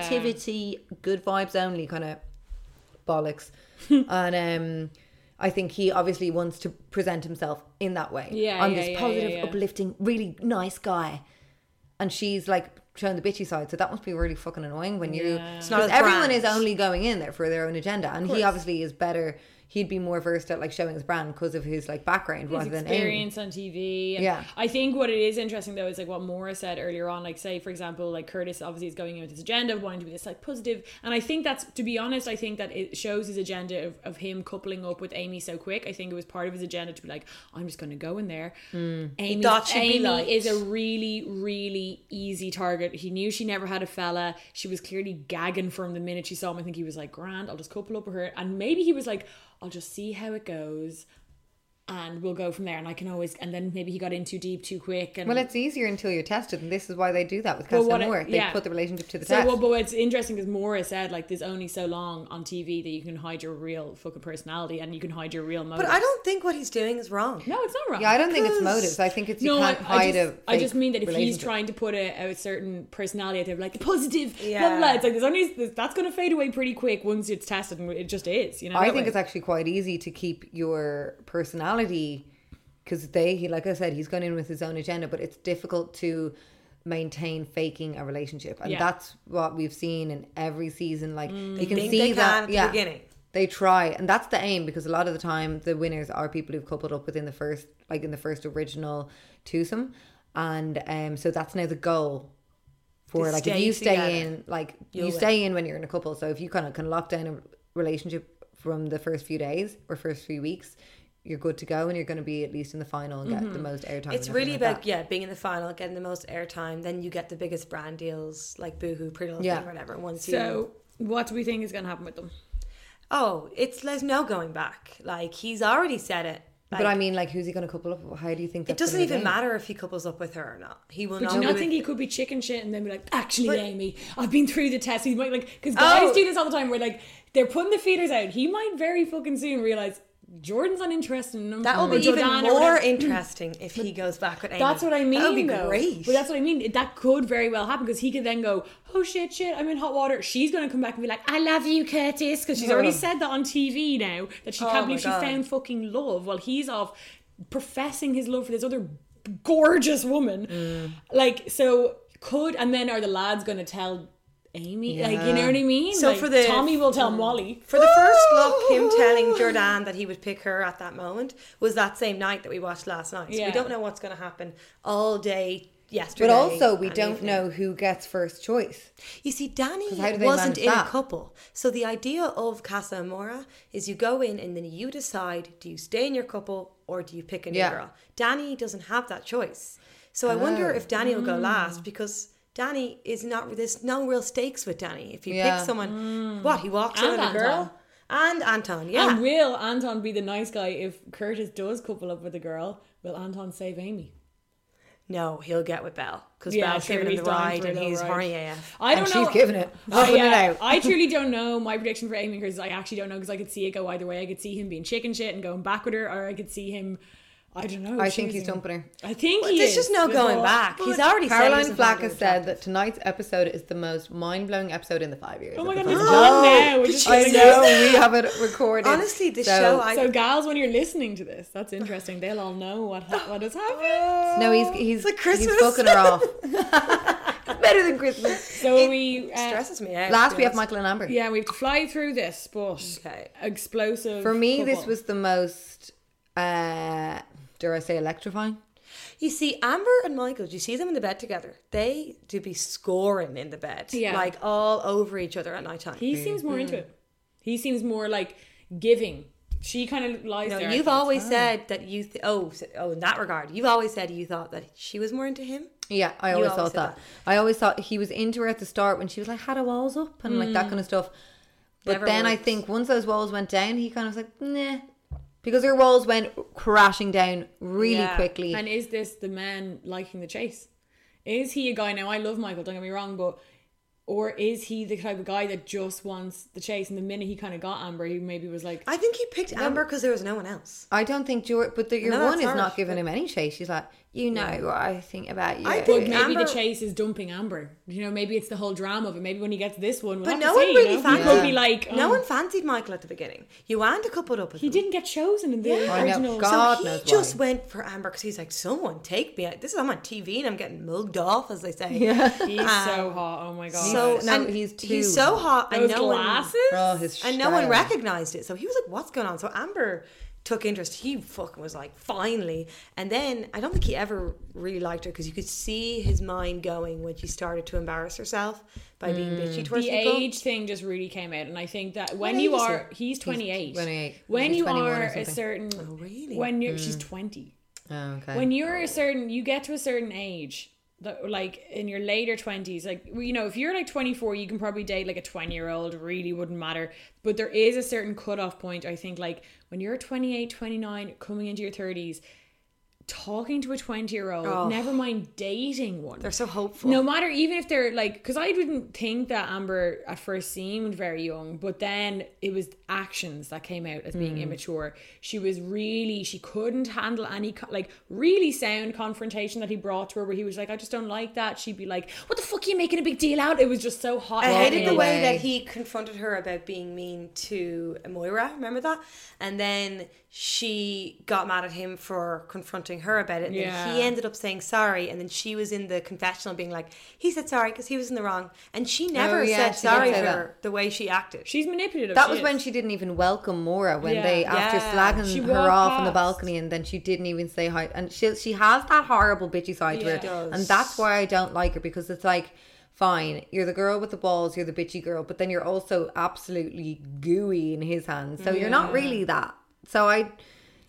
C: positivity, good vibes only kind of bollocks. and um I think he obviously wants to present himself in that way.
B: Yeah,
C: I'm
B: yeah,
C: this
B: yeah,
C: positive,
B: yeah, yeah.
C: uplifting, really nice guy. And she's like showing the bitchy side. So that must be really fucking annoying when you
D: It's not
C: because
D: as
C: everyone
D: brand.
C: is only going in there for their own agenda, and he obviously is better. He'd be more versed at like showing his brand because of his like background rather than aim.
B: experience on TV. And
C: Yeah.
B: I think what it is interesting though is like what Maura said earlier on. Like, say for example, like Curtis obviously is going in with his agenda, of wanting to be this like positive, and I think that's to be honest, I think that it shows his agenda of, of him coupling up with Amy so quick. I think it was part of his agenda to be like, I'm just going to go in there.
C: Hmm.
B: Amy,
D: That should be
B: Amy
D: liked.
B: is a really, really easy target. He knew she never had a fella. She was clearly gagging for him the minute she saw him. I think he was like, "Grand, I'll just couple up with her," and maybe he was like, "I'll just see how it goes." and we'll go from there. And I can always, and then maybe he got in too deep too quick. And
C: Well, it's easier until you're tested, and this is why they do that with
B: But
C: Cast
B: what
C: and
B: I-
C: More. They
B: yeah.
C: put the relationship to the
B: so,
C: test.
B: well, but it's interesting because Maura said like there's only so long on TV that you can hide your real fucking personality and you can hide your real
D: But
B: motives.
D: I don't think what he's doing is wrong.
B: No, it's not wrong.
C: yeah, I don't think it's motives. I think it's you
B: no, I,
C: can't
B: I
C: hide
B: just,
C: a.
B: I just
C: fake
B: mean that if he's
C: relationship.
B: trying to put a, a certain personality out there, like the positive, yeah. blah,
D: Yeah.
B: blah, blah, it's like there's only that's going to fade away pretty quick once it's tested, and it just is. You know,
C: I
B: that
C: think
B: way.
C: it's actually quite easy to keep your personality because they, he, like I said, he's gone in with his own agenda, but it's difficult to maintain faking a relationship, and
B: Yeah.
C: that's what we've seen in every season. Like you can
D: Think
C: see
D: they can
C: that,
D: at the
C: yeah,
D: beginning.
C: they try, and that's the aim because a lot of the time the winners are people who've coupled up within the first, like in the first original twosome, and um, so that's now the goal. For
D: To
C: like if
D: stay
C: you
D: together.
C: stay in like you
D: You'll win.
C: stay in when you're in a couple. So if you kind of can lock down a relationship from the first few days or first few weeks, you're good to go, and you're going to be at least in the final and get the most airtime.
D: Mm-hmm. It's
C: and everything
D: really
C: like
D: about
C: that.
D: yeah, being in the final, getting the most airtime, then you get the biggest brand deals like Boohoo, Pretty Little
C: Yeah.
D: Thing, or whatever. Once you,
B: so. What do we think is going to happen with them?
D: oh, it's there's no going back. Like he's already said it. Like,
C: but I mean, like, who's he going to couple up? with? How do you think?
D: it
C: that's
D: doesn't
C: gonna
D: even
C: go?
D: matter if he couples up with her or not. He will
B: But
D: not.
B: do you
D: be
B: not
D: with-
B: think he could be chicken shit and then be like, actually,
D: But-
B: Amy, I've been through the test. He might like because guys
D: Oh.
B: do this all the time. Where like they're putting the feeders out. He might very fucking soon realize Jordan's uninterested in him.
D: that will
B: or
D: be even
B: Jordan or
D: more
B: whatever.
D: interesting if he goes back with Amy?
B: That's what I mean.
D: That would be
B: though.
D: great.
B: But that's what I mean. It- That could very well happen because he could then go, "Oh shit, shit, I'm in hot water." She's going to come back and be like, "I love you, Curtis," because she's already said that on TV now that she
D: Oh my
B: can't believe she
D: God.
B: found fucking love while he's off professing his love for this other gorgeous woman.
D: Mm.
B: Like, so could and then are the lads going to tell Amy? Like, you know what I mean?
D: So
B: Like,
D: for the- Mm.
B: Tommy will tell Molly.
D: For the first look, him telling Jordan that he would pick her at that moment was that same night that we watched last night. So
B: Yeah.
D: we don't know what's going to happen all day yesterday.
C: But also, we
D: and
C: don't
D: evening.
C: know who gets first choice.
D: You see, Danny
C: 'Cause how do they
D: wasn't
C: manage
D: in
C: that?
D: a couple. So the idea of Casa Amora is you go in and then you decide do you stay in your couple or do you pick a new
C: Yeah.
D: girl? Danny doesn't have that choice. So I wonder
C: Oh.
D: if Danny will
C: Mm.
D: go last because Danny is not, there's no real stakes with Danny. If he
C: Yeah. Mm.
D: picks someone, what, he walks in
B: And
D: on a
B: Anton.
D: girl? And Anton, yeah.
B: And will Anton be the nice guy if Curtis does couple up with a girl? Will Anton save Amy?
D: No, he'll get with Belle because
B: Yeah,
D: Belle's
B: sure,
D: giving him
B: he's
D: the
B: down
D: ride
B: for a
D: and
B: little
D: he's
B: ride.
D: horny AF.
B: I don't
C: And
B: know.
C: she's giving it. She's
B: I,
C: putting it
B: yeah,
C: out.
B: I truly don't know. My prediction for Amy Curtis, I actually don't know because I could see it go either way. I could see him being chicken shit and going back with her, or I could see him. I don't know.
C: I think he's
B: choosing-
C: dumping her.
B: I think
D: But
B: he
D: there's
B: is,
D: just no
B: but-
D: going back. He's already said he
C: Caroline
D: doesn't
C: Flack
D: find her
C: has said
D: attractive.
C: that tonight's episode is the most mind blowing episode in the five years.
B: Oh my
C: of
B: god,
C: the
B: it's
C: podcast.
B: done now. We're just
C: I
B: gonna
C: know
B: go-
C: we have it recorded.
D: Honestly, this
C: So-
D: show, I
B: So, gals, when you're listening to this, that's interesting. They'll all know what ha- what has happened.
C: No, he's he's
D: like Christmas.
C: he's fucking her off. Better than Christmas.
B: So we uh,
D: stresses me out.
C: Last
D: to
C: we
D: be
C: have
D: honest.
C: Michael and Amber.
B: Yeah, we have to fly through this, but
D: Okay.
B: explosive.
C: For me, this
B: couple.
C: was the most, uh, dare I say, electrifying.
D: You see, Amber and Michael, do you see them in the bed together? They do be scoring in the bed,
B: Yeah.
D: like all over each other at nighttime.
B: He seems more into it. He seems more like giving. She kind of lies
D: No,
B: there. I
D: you've
B: think.
D: always said that you th- oh so- oh in that regard you've always said you thought that she was more into him.
C: Yeah, I always thought
D: always said
C: that. I always thought he was into her at the start when she was like, "Had her walls up" and like that kind of stuff. But
D: Mm. Never
C: then I
D: works.
C: think once those walls went down, he kind of was like, "Nah," because her walls went crashing down really
D: Yeah.
C: quickly.
B: And is this the man liking the chase? Is he a guy now? I love Michael, don't get me wrong, but or is he the type of guy that just wants the chase? And the minute he kind of got Amber, he maybe was like,
D: I think he picked Amber because there was no one else.
C: I don't think George, but the, your
D: No, that's
C: one is
D: harsh,
C: not giving
D: but-
C: him any shade. She's like, you know what I think about you.
D: I
B: but
D: think
B: maybe
D: Amber-
B: the chase is dumping Amber. You know, maybe it's the whole drama of it. Maybe when he gets this one, we'll
D: But
B: have
D: no
B: to
D: one
B: see,
D: really
B: you know?
D: fancied.
B: People will be like,
D: no
B: oh,
D: one fancied Michael at the beginning. You and a couple up with
B: He
D: him.
B: didn't get chosen in the
D: Yeah.
C: I know.
B: original.
C: God.
D: so he
C: knows why.
D: just went for Amber because he's like, someone take me. This is I'm on TV and I'm getting mugged off, as they say. Yeah.
B: He's so hot. Oh my god.
D: So
C: No,
D: and
C: he's too
D: he's so hot. and
B: those
D: no one-
B: glasses.
C: oh, his
D: and no one
C: style.
D: recognized it. So he was like, "What's going on?" So Amber took interest. He fucking was like, "Finally!" And then I don't think he ever really liked her because you could see his mind going when she started to embarrass herself by being bitchy towards
B: Mm. the
D: people.
B: age thing just really came out, and I think that when
D: age
B: you
D: is he?
B: are, he's twenty eight.
C: 28.
B: When
C: He's
B: you
C: 21 or
B: are a
C: something.
B: certain,
D: Oh, really? Hmm.
B: when you're, she's twenty.
C: Oh, okay.
B: When you're a certain, you get to a certain age. That, like in your later 20s like well, you know if you're like 24 you can probably date like a 20 year old really wouldn't matter but there is a certain cutoff point i think like when you're 28 29 coming into your 30s talking to a 20 year old never mind dating one
D: Oh. They're so hopeful.
B: no matter even if they're like, because I didn't think that Amber at first seemed very young, but then it was actions that came out as
C: Mm.
B: being immature. She was really, she couldn't handle any co- like really sound confrontation that he brought to her, where he was like, "I just don't like that." She'd be like, "What the fuck are you making a big deal out?" It was just so hot.
D: I
B: and
D: hated the
B: heavy.
D: way
C: away.
D: that he confronted her about being mean to Moira. Remember that? And then she got mad at him for confronting her about it. And
B: Yeah.
D: then he ended up saying sorry. And then she was in the confessional being like, he said sorry because he was in the wrong. And she never
C: Oh, yeah,
D: said
C: she did
D: sorry
C: say
D: for
C: that.
D: the way she acted.
B: She's manipulative.
C: That
B: she
C: was
B: is.
C: when she didn't even welcome Mora when
B: Yeah.
C: they after
D: Yeah.
C: slagging
B: She
C: her
B: walked
C: off on the
B: past.
C: balcony and then she didn't even say hi and she she has that horrible bitchy side
B: Yeah.
C: to
B: She
C: her
D: does.
C: and that's why I don't like her because it's like fine you're the girl with the balls you're the bitchy girl but then you're also absolutely gooey in his hands so you're not really that so I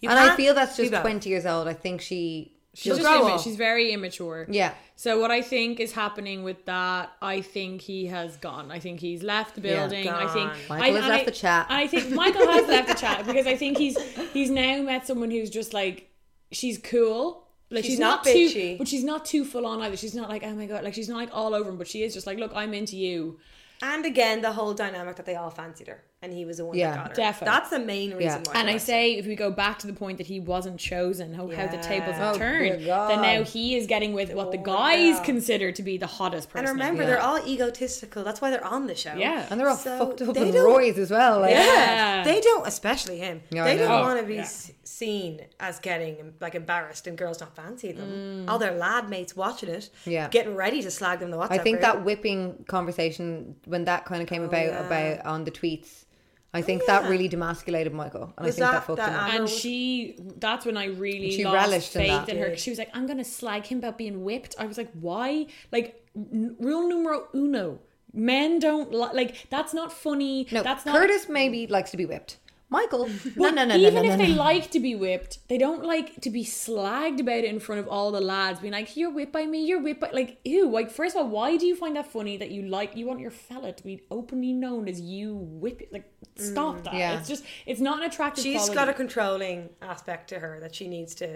C: and I
D: can't
C: feel that's
D: be
C: just
D: both.
C: 20 years old I think she
B: She's
C: she'll
B: just
C: grow
B: imma-
C: up.
B: she's very immature.
C: Yeah.
B: So what I think is happening with that, I think he has gone. I think he's left the building. I think
C: Michael
B: I,
C: has
B: and
C: left
B: I-
C: the chat.
B: And I think Michael has left the chat because I think he's he's now met someone who's just like she's cool. Like she's,
D: She's
B: not,
D: not
B: too,
D: bitchy.
B: but she's not too full on either. She's not like oh my god, like she's not like all over him. But she is just like, look, I'm into you.
D: And again, the whole dynamic that they all fancied her. And he was the one
C: Yeah,
D: that got her.
B: definitely.
D: That's the main
C: Yeah.
D: reason why.
B: And
D: he
B: I
D: liked
B: say, if we go back to the point that he wasn't chosen, how, how the tables have
C: Oh,
B: turned,
C: dear God.
B: then now he is getting with what the guys consider to be the hottest
D: her.
B: person.
D: And
B: in the
D: remember,
C: Yeah.
D: they're all egotistical. That's why they're on the show.
B: Yeah.
C: and they're all
D: So
C: fucked up
D: they
C: with
D: don't-
C: Roy's as well like,
D: Yeah.
B: Yeah.
D: They don't, especially him.
C: Yeah, I
D: they
C: know.
D: don't want to be
B: yeah.
D: s seen as getting like embarrassed and girls not fancy them. All their lad mates watching it,
C: Yeah.
D: getting ready to slag them. The WhatsApp
C: I think
D: group.
C: that whipping conversation when that kind of came
D: Oh,
C: about about on the tweets, I think that really demasculated Michael, and I think
D: Was
C: that,
D: that-
C: fucked
D: that
C: him up.
D: Amber
B: and
D: was-
B: she that's when i really
C: She
B: lost
C: relished in
B: faith in,
C: that.
B: her 'cause she was like i'm gonna slag him about being whipped i was like why like n- rule numero uno men don't li- like that's not funny
C: No,
B: that's not
C: Curtis maybe likes to be whipped. Michael, no,
B: But
C: no, no,
B: even
C: no, no,
B: if
C: no,
B: they
C: no.
B: like to be whipped, they don't like to be slagged about it in front of all the lads, being like, "You're whipped by me, you're whipped by like ew." Like first of all, why do you find that funny that you like you want your fella to be openly known as you whip? It? Like stop that.
C: Mm, yeah.
B: It's just it's not an attractive.
D: she's
B: quality.
D: got a controlling aspect to her that she needs to.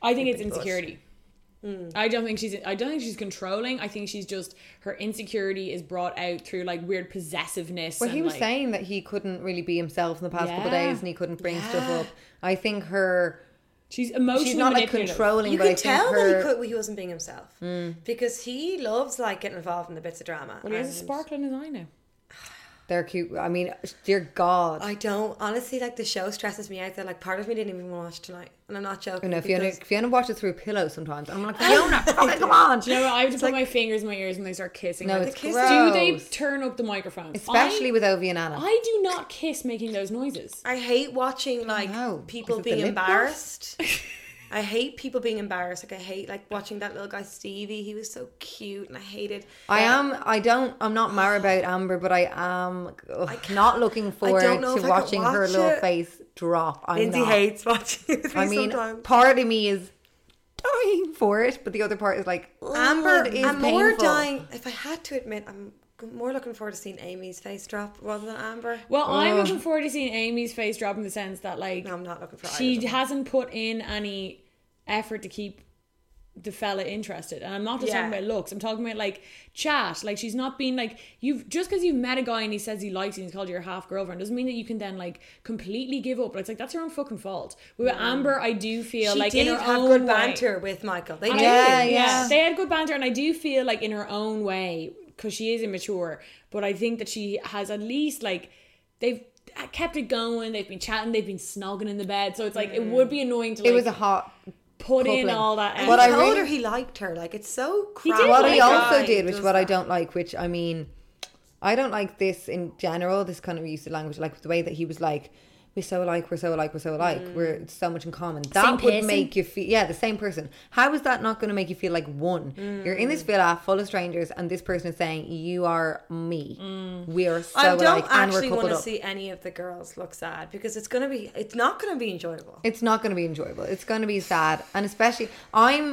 B: I think it's
D: think it was.
B: insecurity.
C: Hmm.
B: I don't think she's. I don't think she's controlling. I think she's just her insecurity is brought out through like weird possessiveness.
C: Well,
B: and,
C: he was
B: like-
C: saying that he couldn't really be himself in the past couple of
B: Yeah.
C: days, and he couldn't bring stuff up. I think her,
B: she's emotionally
C: she's not like
B: manipulative.
C: controlling,
D: You
C: but I
D: could
C: think
D: tell that
C: her.
D: he, could, he wasn't being himself because he loves like getting involved in the bits of drama.
B: Well, he has a
D: and-
B: sparkle in his eye now.
C: They're cute. I mean, dear God.
D: I don't honestly like the show stresses me out. That like part of me didn't even want to watch tonight, and I'm not joking.
C: you know, Fiona,
D: because-
C: Fiona watches through pillows sometimes, and I'm like, Fiona, fucking come on.
B: Do you know what? I have to put my fingers in my ears when they start kissing.
C: No,
B: Like,
C: it's
B: do they
C: gross.
B: turn up the microphones?
C: Especially
B: I,
C: with Ovi and Anna.
B: I do not kiss making those noises.
D: I hate watching like
C: know. Is
D: people
C: it the
D: being
C: lip gloss?
D: embarrassed. I hate people being embarrassed. Like I hate like watching that little guy Stevie. He was so cute, and I hated.
C: I am. I don't. I'm not mad about Amber, but I am ugh, not looking forward
D: don't know
C: to
D: if I could
C: watching her
D: watch
C: little
D: it.
C: face drop. I'm
D: Lindsay
C: not.
D: hates watching. It
C: I mean,
D: sometimes.
C: part of me is dying for it, but the other part is like,
D: Amber,
C: Amber is
D: I'm more
C: painful.
D: dying. If I had to admit, I'm more looking forward to seeing Amy's face drop rather than Amber.
B: Well, I'm looking forward to seeing Amy's face drop in the sense that like
D: No, I'm not looking for
B: she
D: either.
B: hasn't put in any effort to keep the fella interested. And I'm not just
D: Yeah.
B: talking about looks. I'm talking about like chat. Like she's not being like you've just because you've met a guy and he says he likes you and he's called you your half girlfriend doesn't mean that you can then like completely give up. Like, it's like that's your own fucking fault. With Amber, I do feel
D: she
B: like
D: did
B: in her
D: have
B: own
D: good
B: way-
D: banter with Michael. They
B: And I
D: did.
B: think-
C: yeah.
B: They had good banter, and I do feel like in her own way, because she is immature, but I think that she has at least like they've kept it going. They've been chatting. They've been snogging in the bed. So it's like it would be annoying to like
C: it was a hot.
B: put in
C: coupling.
B: all that.
D: And
C: What
D: he
C: I
D: told
C: really-
D: her he liked her. Like it's so
B: He
D: crap.
B: did
C: What
B: like
C: I
B: that.
C: also
B: guy
C: did, which what I don't like, which I mean, I don't like this in general. This kind of use of language, like the way that he was like, "We're so alike, we're so alike, we're so alike, we're so much in common." That
B: Same
C: would
B: person.
C: make you feel, yeah, the same person. How is that not going to make you feel like one? You're in this villa full of strangers, and this person is saying, "You are me. We are so
D: I
C: alike,
D: don't
C: and we're
D: actually want
C: coupled
D: to
C: up."
D: see any of the girls look sad because it's gonna be. It's not gonna be enjoyable.
C: It's not going to be enjoyable. It's going to be sad, and especially I'm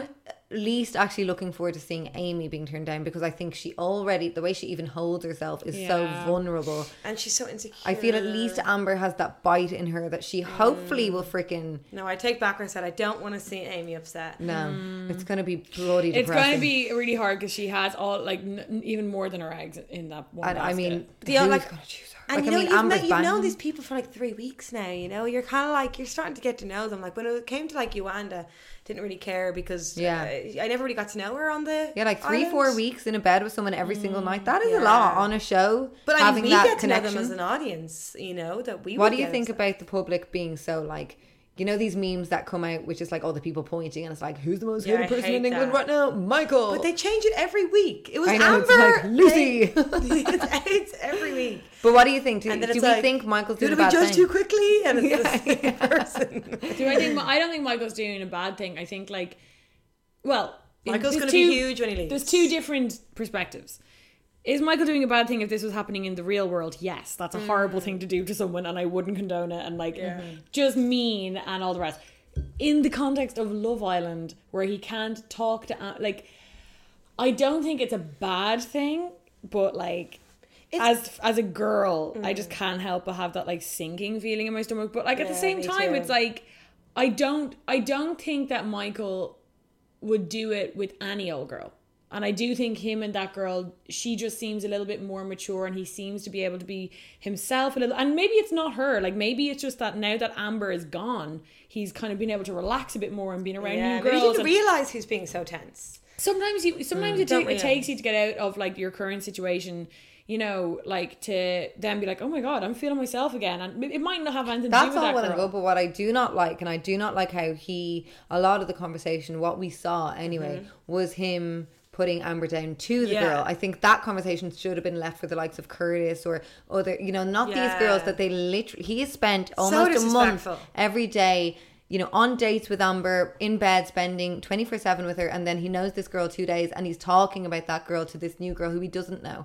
C: least actually looking forward to seeing Amy being turned down because I think she already the way she even holds herself is
B: Yeah.
C: so vulnerable.
D: And she's so insecure.
C: I feel at least Amber has that bite in her that
D: Mm.
C: she hopefully will freaking
D: No, I take back what I said. I don't want to see Amy upset.
C: no.
D: Mm.
C: It's going to be bloody
B: It's
C: depressing.
B: going to be really hard because she has all like n- n- even more than her eggs in that one.
C: And I mean,
D: The-
C: who's
D: like-
C: going to choose her? Like,
D: And
C: I
D: you know,
C: mean,
D: you've,
C: Amber's
D: met, you've known
C: banned.
D: these people for like three weeks now. You know, you're kind of like you're starting to get to know them. Like when it came to like Uanda, didn't really care because
C: Yeah.
D: uh, I never really got to know her on the
C: Yeah, like three,
D: island.
C: four weeks in a bed with someone every single night. That is a lot on a show.
D: But I mean,
C: having
D: we
C: that
D: get to
C: connection.
D: know them as an audience. You know that we.
C: what
D: would
C: do you
D: get
C: think
D: as-
C: about the public being so like you know these memes that come out which is like all the people pointing and it's like who's the most
D: Yeah,
C: hated
D: I
C: person in
D: hate
C: england
D: that.
C: right now michael
D: But they change it every week. It was
C: I know,
D: Amber.
C: it's like, Lucy.
D: They- it's, it's every week.
C: but what do you think do,
D: And then
C: do
D: it's
C: we
D: like,
C: think michael's
D: Who
C: doing
D: do
C: a bad
D: we judge
C: thing
D: too quickly? And it's the same person.
B: do I think I don't think Michael's doing a bad thing. I think like, well,
D: Michael's
B: there's
D: gonna be
B: two-
D: huge when he leaves.
B: There's two different perspectives. Is Michael doing a bad thing if this was happening in the real world? Yes, that's a
D: Mm.
B: horrible thing to do to someone, and I wouldn't condone it, and like just mean and all the rest. In the context of Love Island, where he can't talk to Am- like, I don't think it's a bad thing, but like. as as a girl, I
D: Mm.
B: just can't help but have that like sinking feeling in my stomach. But like at the same
D: me
B: time,
D: too.
B: it's like I don't I don't think that Michael would do it with any old girl. And I do think him and that girl, she just seems a little bit more mature and he seems to be able to be himself a little. And maybe it's not her. Like maybe it's just that now that Amber is gone, he's kind of been able to relax a bit more and being around new
D: Yeah, but he
B: girls.
D: didn't
B: and-
D: realize he's being so tense.
B: sometimes you sometimes
C: Mm.
B: it,
D: Don't
B: ta- it
D: realize.
B: takes you to get out of like your current situation you know like to then be like oh my god i'm feeling myself again and it might not have anything to do
C: That's
B: with
C: all
B: that
C: well and
B: girl.
C: good, but what I do not like, and I do not like how he, a lot of the conversation, what we saw anyway, was him putting Amber down to the
D: Mm-hmm. Yeah.
C: girl. I think that conversation should have been left for the likes of Curtis or other, you know, not
D: Yeah.
C: these girls that they literally, he has spent almost a month
D: disrespectful.
C: every day. You know, on dates with Amber, in bed, spending 24 7 with her, and then he knows this girl two days and he's talking about that girl to this new girl who he doesn't know.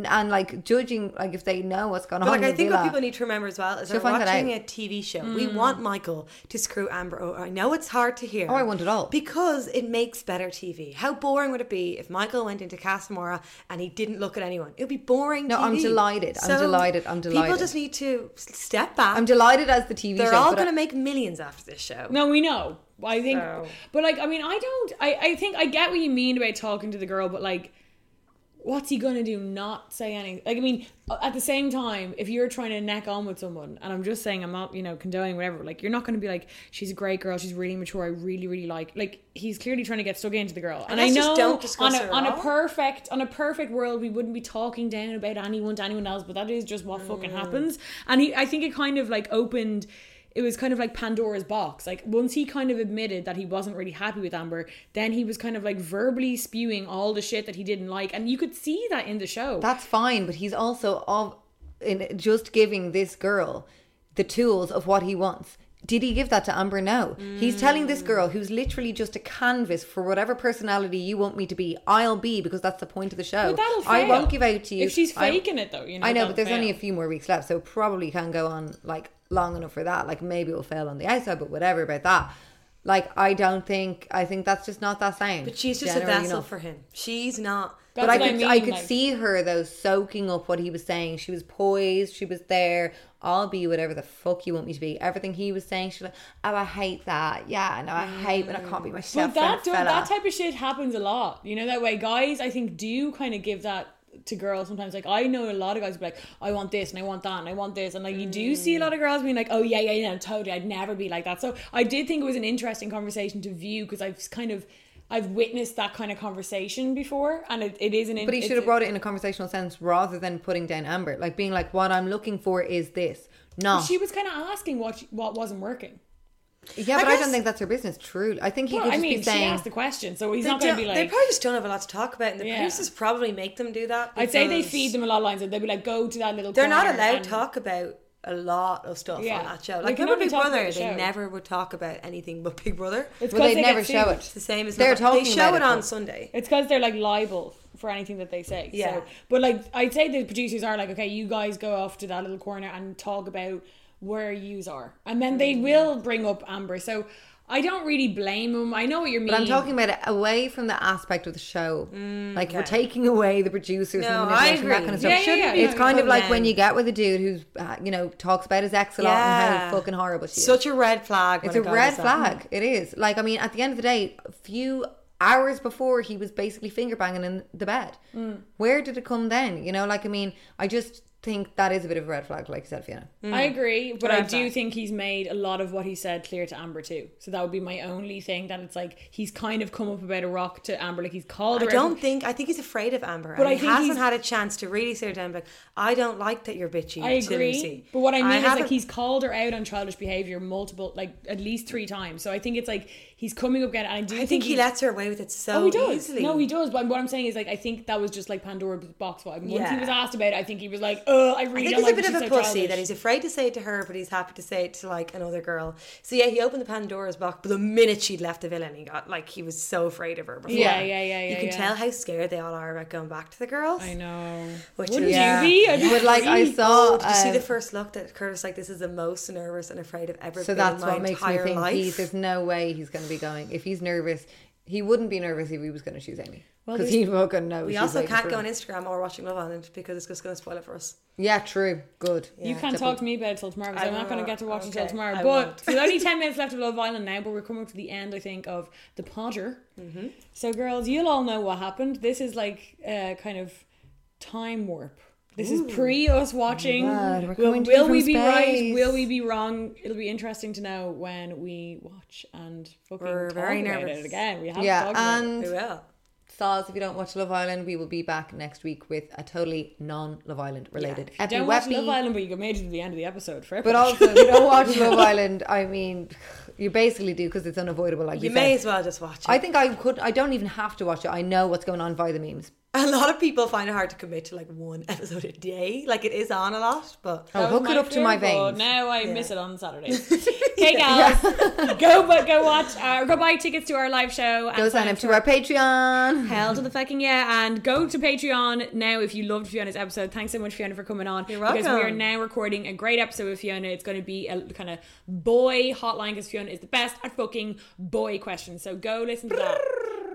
C: And, and, like judging, like if they know what's going
D: But
C: on.
D: like,
C: in
D: I
C: the
D: think what
C: villa.
D: people need to remember as well is
C: She'll
D: we're
C: find that
D: watching
C: out.
D: a TV show. We want Michael to screw Amber over. I know it's hard to hear.
C: Oh, I want it all.
D: because it makes better TV. How boring would it be if Michael went into Casamora and he didn't look at anyone? It would be boring.
C: No, I'm
D: TV.
C: delighted. I'm delighted. I'm
D: People
C: delighted.
D: just need to s- step back.
C: I'm delighted as the TV
D: They're
C: show.
D: all
C: but
D: going
C: I-
D: to make millions after this show.
B: no we know i think
D: So-
B: but like i mean i don't I, I think i get what you mean about talking to the girl but like what's he gonna do not say anything like i mean at the same time if you're trying to neck on with someone and i'm just saying i'm not you know condoning whatever like you're not gonna be like she's a great girl she's really mature i really really like like he's clearly trying to get stuck into the girl and, i
D: let's just
B: know
D: don't discuss
B: on,
D: her
B: a,
D: at
B: on a
D: all.
B: perfect on a perfect world we wouldn't be talking down about anyone to anyone else but that is just what fucking
C: Mm.
B: happens and he i think it kind of like opened it was kind of like Pandora's box. Like once he kind of admitted that he wasn't really happy with Amber, then he was kind of like verbally spewing all the shit that he didn't like, and you could see that in the show.
C: That's fine, but he's also of in just giving this girl the tools of what he wants. Did he give that to Amber? No. He's telling this girl who's literally just a canvas for whatever personality you want me to be, I'll be because that's the point of the show.
B: But that'll fail.
C: I won't give out to you.
B: If she's
C: I-
B: faking it, though, you know.
C: I know,
B: that'll
C: but there's
B: fail.
C: only a few more weeks left, so it probably can go on like long enough for that. Like maybe it will fail on the outside, but whatever about that. Like I don't think I think that's just not that same.
D: But she's just a vessel for him. She's not
C: but
B: That's
C: I
B: what I
C: could I,
B: mean,
C: could
B: like-
C: see her though soaking up what he was saying. She was poised. She was there. I'll be whatever the fuck you want me to be. Everything he was saying, she's like, oh, I hate that. Yeah, no, I hate when I can't be myself.
B: But Mm. that
C: for a fella.
B: that type of shit happens a lot. You know that way. Guys, I think do kind of give that to girls sometimes. Like I know a lot of guys be like, I want this and I want that and I want this, and like you do see a lot of girls being like, Oh yeah, yeah, yeah, totally. I'd never be like that. So I did think it was an interesting conversation to view because I've kind of I've witnessed that kind of conversation before, and it, it is an. in-
C: But he should
B: it's-
C: have brought it in a conversational sense rather than putting down Amber, like being like, "What I'm looking for is this." No,
B: She was kind of asking what she- what wasn't working.
C: yeah,
D: I
C: but I
D: guess-
C: don't think that's her business. Truly, I think he
B: Well,
C: could
B: I
C: just
B: mean,
C: be
B: she
C: saying,
B: asked the question, so he's
D: They
B: not going to
D: don't-
B: be like.
D: they probably just don't have a lot to talk about, and the
B: Yeah.
D: producers probably make them do that.
B: I'd say they
D: because
B: feed them a lot of lines, and they'd be like, "Go to that little."
D: They're not
B: corner
D: allowed
B: and-
D: to talk about a lot of stuff
B: Yeah.
D: on that show.
B: They
D: Like
B: can
D: remember
B: only
D: Big
B: talk about
D: Brother,
B: the
D: they
B: show.
D: never would talk about anything but Big Brother.
B: It's
C: "Well,
B: 'cause
C: they
B: they
C: never
B: get
C: show
B: sued.
C: it."
D: It's the same as
C: They're
D: November.
C: talking
D: They show
C: about
D: it on
C: though.
D: Sunday.
B: It's because they're like liable for anything that they say.
D: Yeah.
B: So, but like I'd say the producers are like, okay, you guys go off to that little corner and talk about where yous are, and then they will bring up Amber. So I don't really blame them. I know what you're meaning.
C: But I'm talking about it away from the aspect of the show. like we're taking away the producers
D: Mm, No,
C: and the
D: I
C: manipulation and that
D: agree.
C: kind of
B: Yeah,
C: stuff.
B: yeah, Shouldn't yeah. be
C: It's kind of
D: put
C: like when
D: down.
C: you get with a dude who's uh, you know talks about his ex a lot and how fucking horrible she is.
D: Such a red flag.
C: it's
D: when
C: a
D: it goes
C: red
D: up.
C: flag. It is. Like I mean, at the end of the day, a few hours before he was basically finger banging in the bed.
D: Mm.
C: Where did it come then? You know, like I mean, I just think that is a bit of a red flag, like you said, Fiona.
B: I agree, but I
D: Red
B: do
D: flag.
B: think he's made a lot of what he said clear to Amber too. So that would be my only thing that it's like he's kind of come up about a rock to Amber, like he's called
D: I
B: her. out.
D: don't think. I think he's afraid of Amber,
B: But
D: and
B: I
D: he
B: think
D: hasn't
B: he's-
D: had a chance to really sit her down. and be Like, I don't like that you're bitchy.
B: I
D: to
B: agree,
D: Lucy.
B: but what I mean is like
D: haven't-
B: he's called her out on childish behavior multiple, like at least three times. So I think it's like he's coming up again. And I do
D: I think he lets her away with it so
B: oh, he does.
D: easily.
B: No, he does. But what I'm saying is, like, I think that was just like Pandora's box. What once he
D: Yeah.
B: was asked about, it, I think he was like, "Oh, I
D: I
B: really
D: think
B: don't
D: he's
B: like
D: a bit
B: that
D: of a
B: she's so
D: pussy
B: childish."
D: that he's afraid to say it to her, but he's happy to say it to like another girl. So yeah, he opened the Pandora's box, but the minute she'd left the villain, he got like he was so afraid of her. Before.
B: Yeah, yeah, yeah, yeah,
D: You can
B: yeah.
D: tell how scared they all are about going back to the girls.
B: I know.
D: Which
B: Wouldn't
D: is-
B: you be? I'd be
C: But like I
B: crazy.
C: saw,
D: Oh, did you see
C: um,
D: the first look that Curtis like this is the most nervous and afraid of ever.
C: So
D: been in
C: that's
D: my
C: what makes me
D: entire
C: think
D: life.
C: he's, there's no way he's going to be going. If he's nervous, he wouldn't be nervous if he was going to choose Amy. Because he fucking knows.
D: We
C: she's
D: also
C: waiting
D: can't
C: for
D: go
C: him.
D: on Instagram or watching Love Island because it's just going to spoil it for us.
C: Yeah, true. Good.
B: You can't talk to me about it till tomorrow because
D: I
B: I'm not going to
D: won't.
B: get to watch it till
D: Okay,
B: tomorrow.
D: I
B: but
D: won't.
B: there's only 10 minutes left of Love Island now, but we're coming to the end, I think, of The Potter. Mm-hmm. So, girls, you'll all know what happened. This is like uh, kind of time warp. This is pre us watching.
C: Oh God, we're
B: will
C: coming to
B: will
C: you
B: we
C: from
B: be right?
C: space.
B: Will we be wrong? It'll be interesting to know when we watch and fucking
D: We're
B: talk
D: very
B: about
D: nervous.
B: it again. We have to
C: Yeah,
B: talk about it.
C: and
D: We will.
C: Saws, if you don't watch Love Island, we will be back next week with a totally non Love Island related
B: If you
C: epi
B: don't watch
C: wepi.
B: Love Island, but you got made it to the end of the episode for
C: But also, if you don't watch Love Island, I mean, you basically do because it's unavoidable. Like
D: You
C: you,
D: may
C: said.
D: as well just watch it.
C: I think I could. I don't even have to watch it. I know what's going on via the memes.
D: a lot of people find it hard to commit to like one episode a day. Like it is on a lot, but
C: Oh, hook it up to my
B: fear, but
C: veins.
B: Now I miss it on Saturdays. hey guys, go but go watch. Uh, go buy tickets to our live show.
C: Go
B: and
C: sign up to our Patreon.
B: Hell to the fucking yeah, and go to Patreon now if you loved Fiona's episode. Thanks so much, Fiona, for coming on. You're Because we
D: welcome.
B: are now recording a great episode with Fiona. It's going to be a kind of boy hotline because Fiona is the best at fucking boy questions. So go listen to that.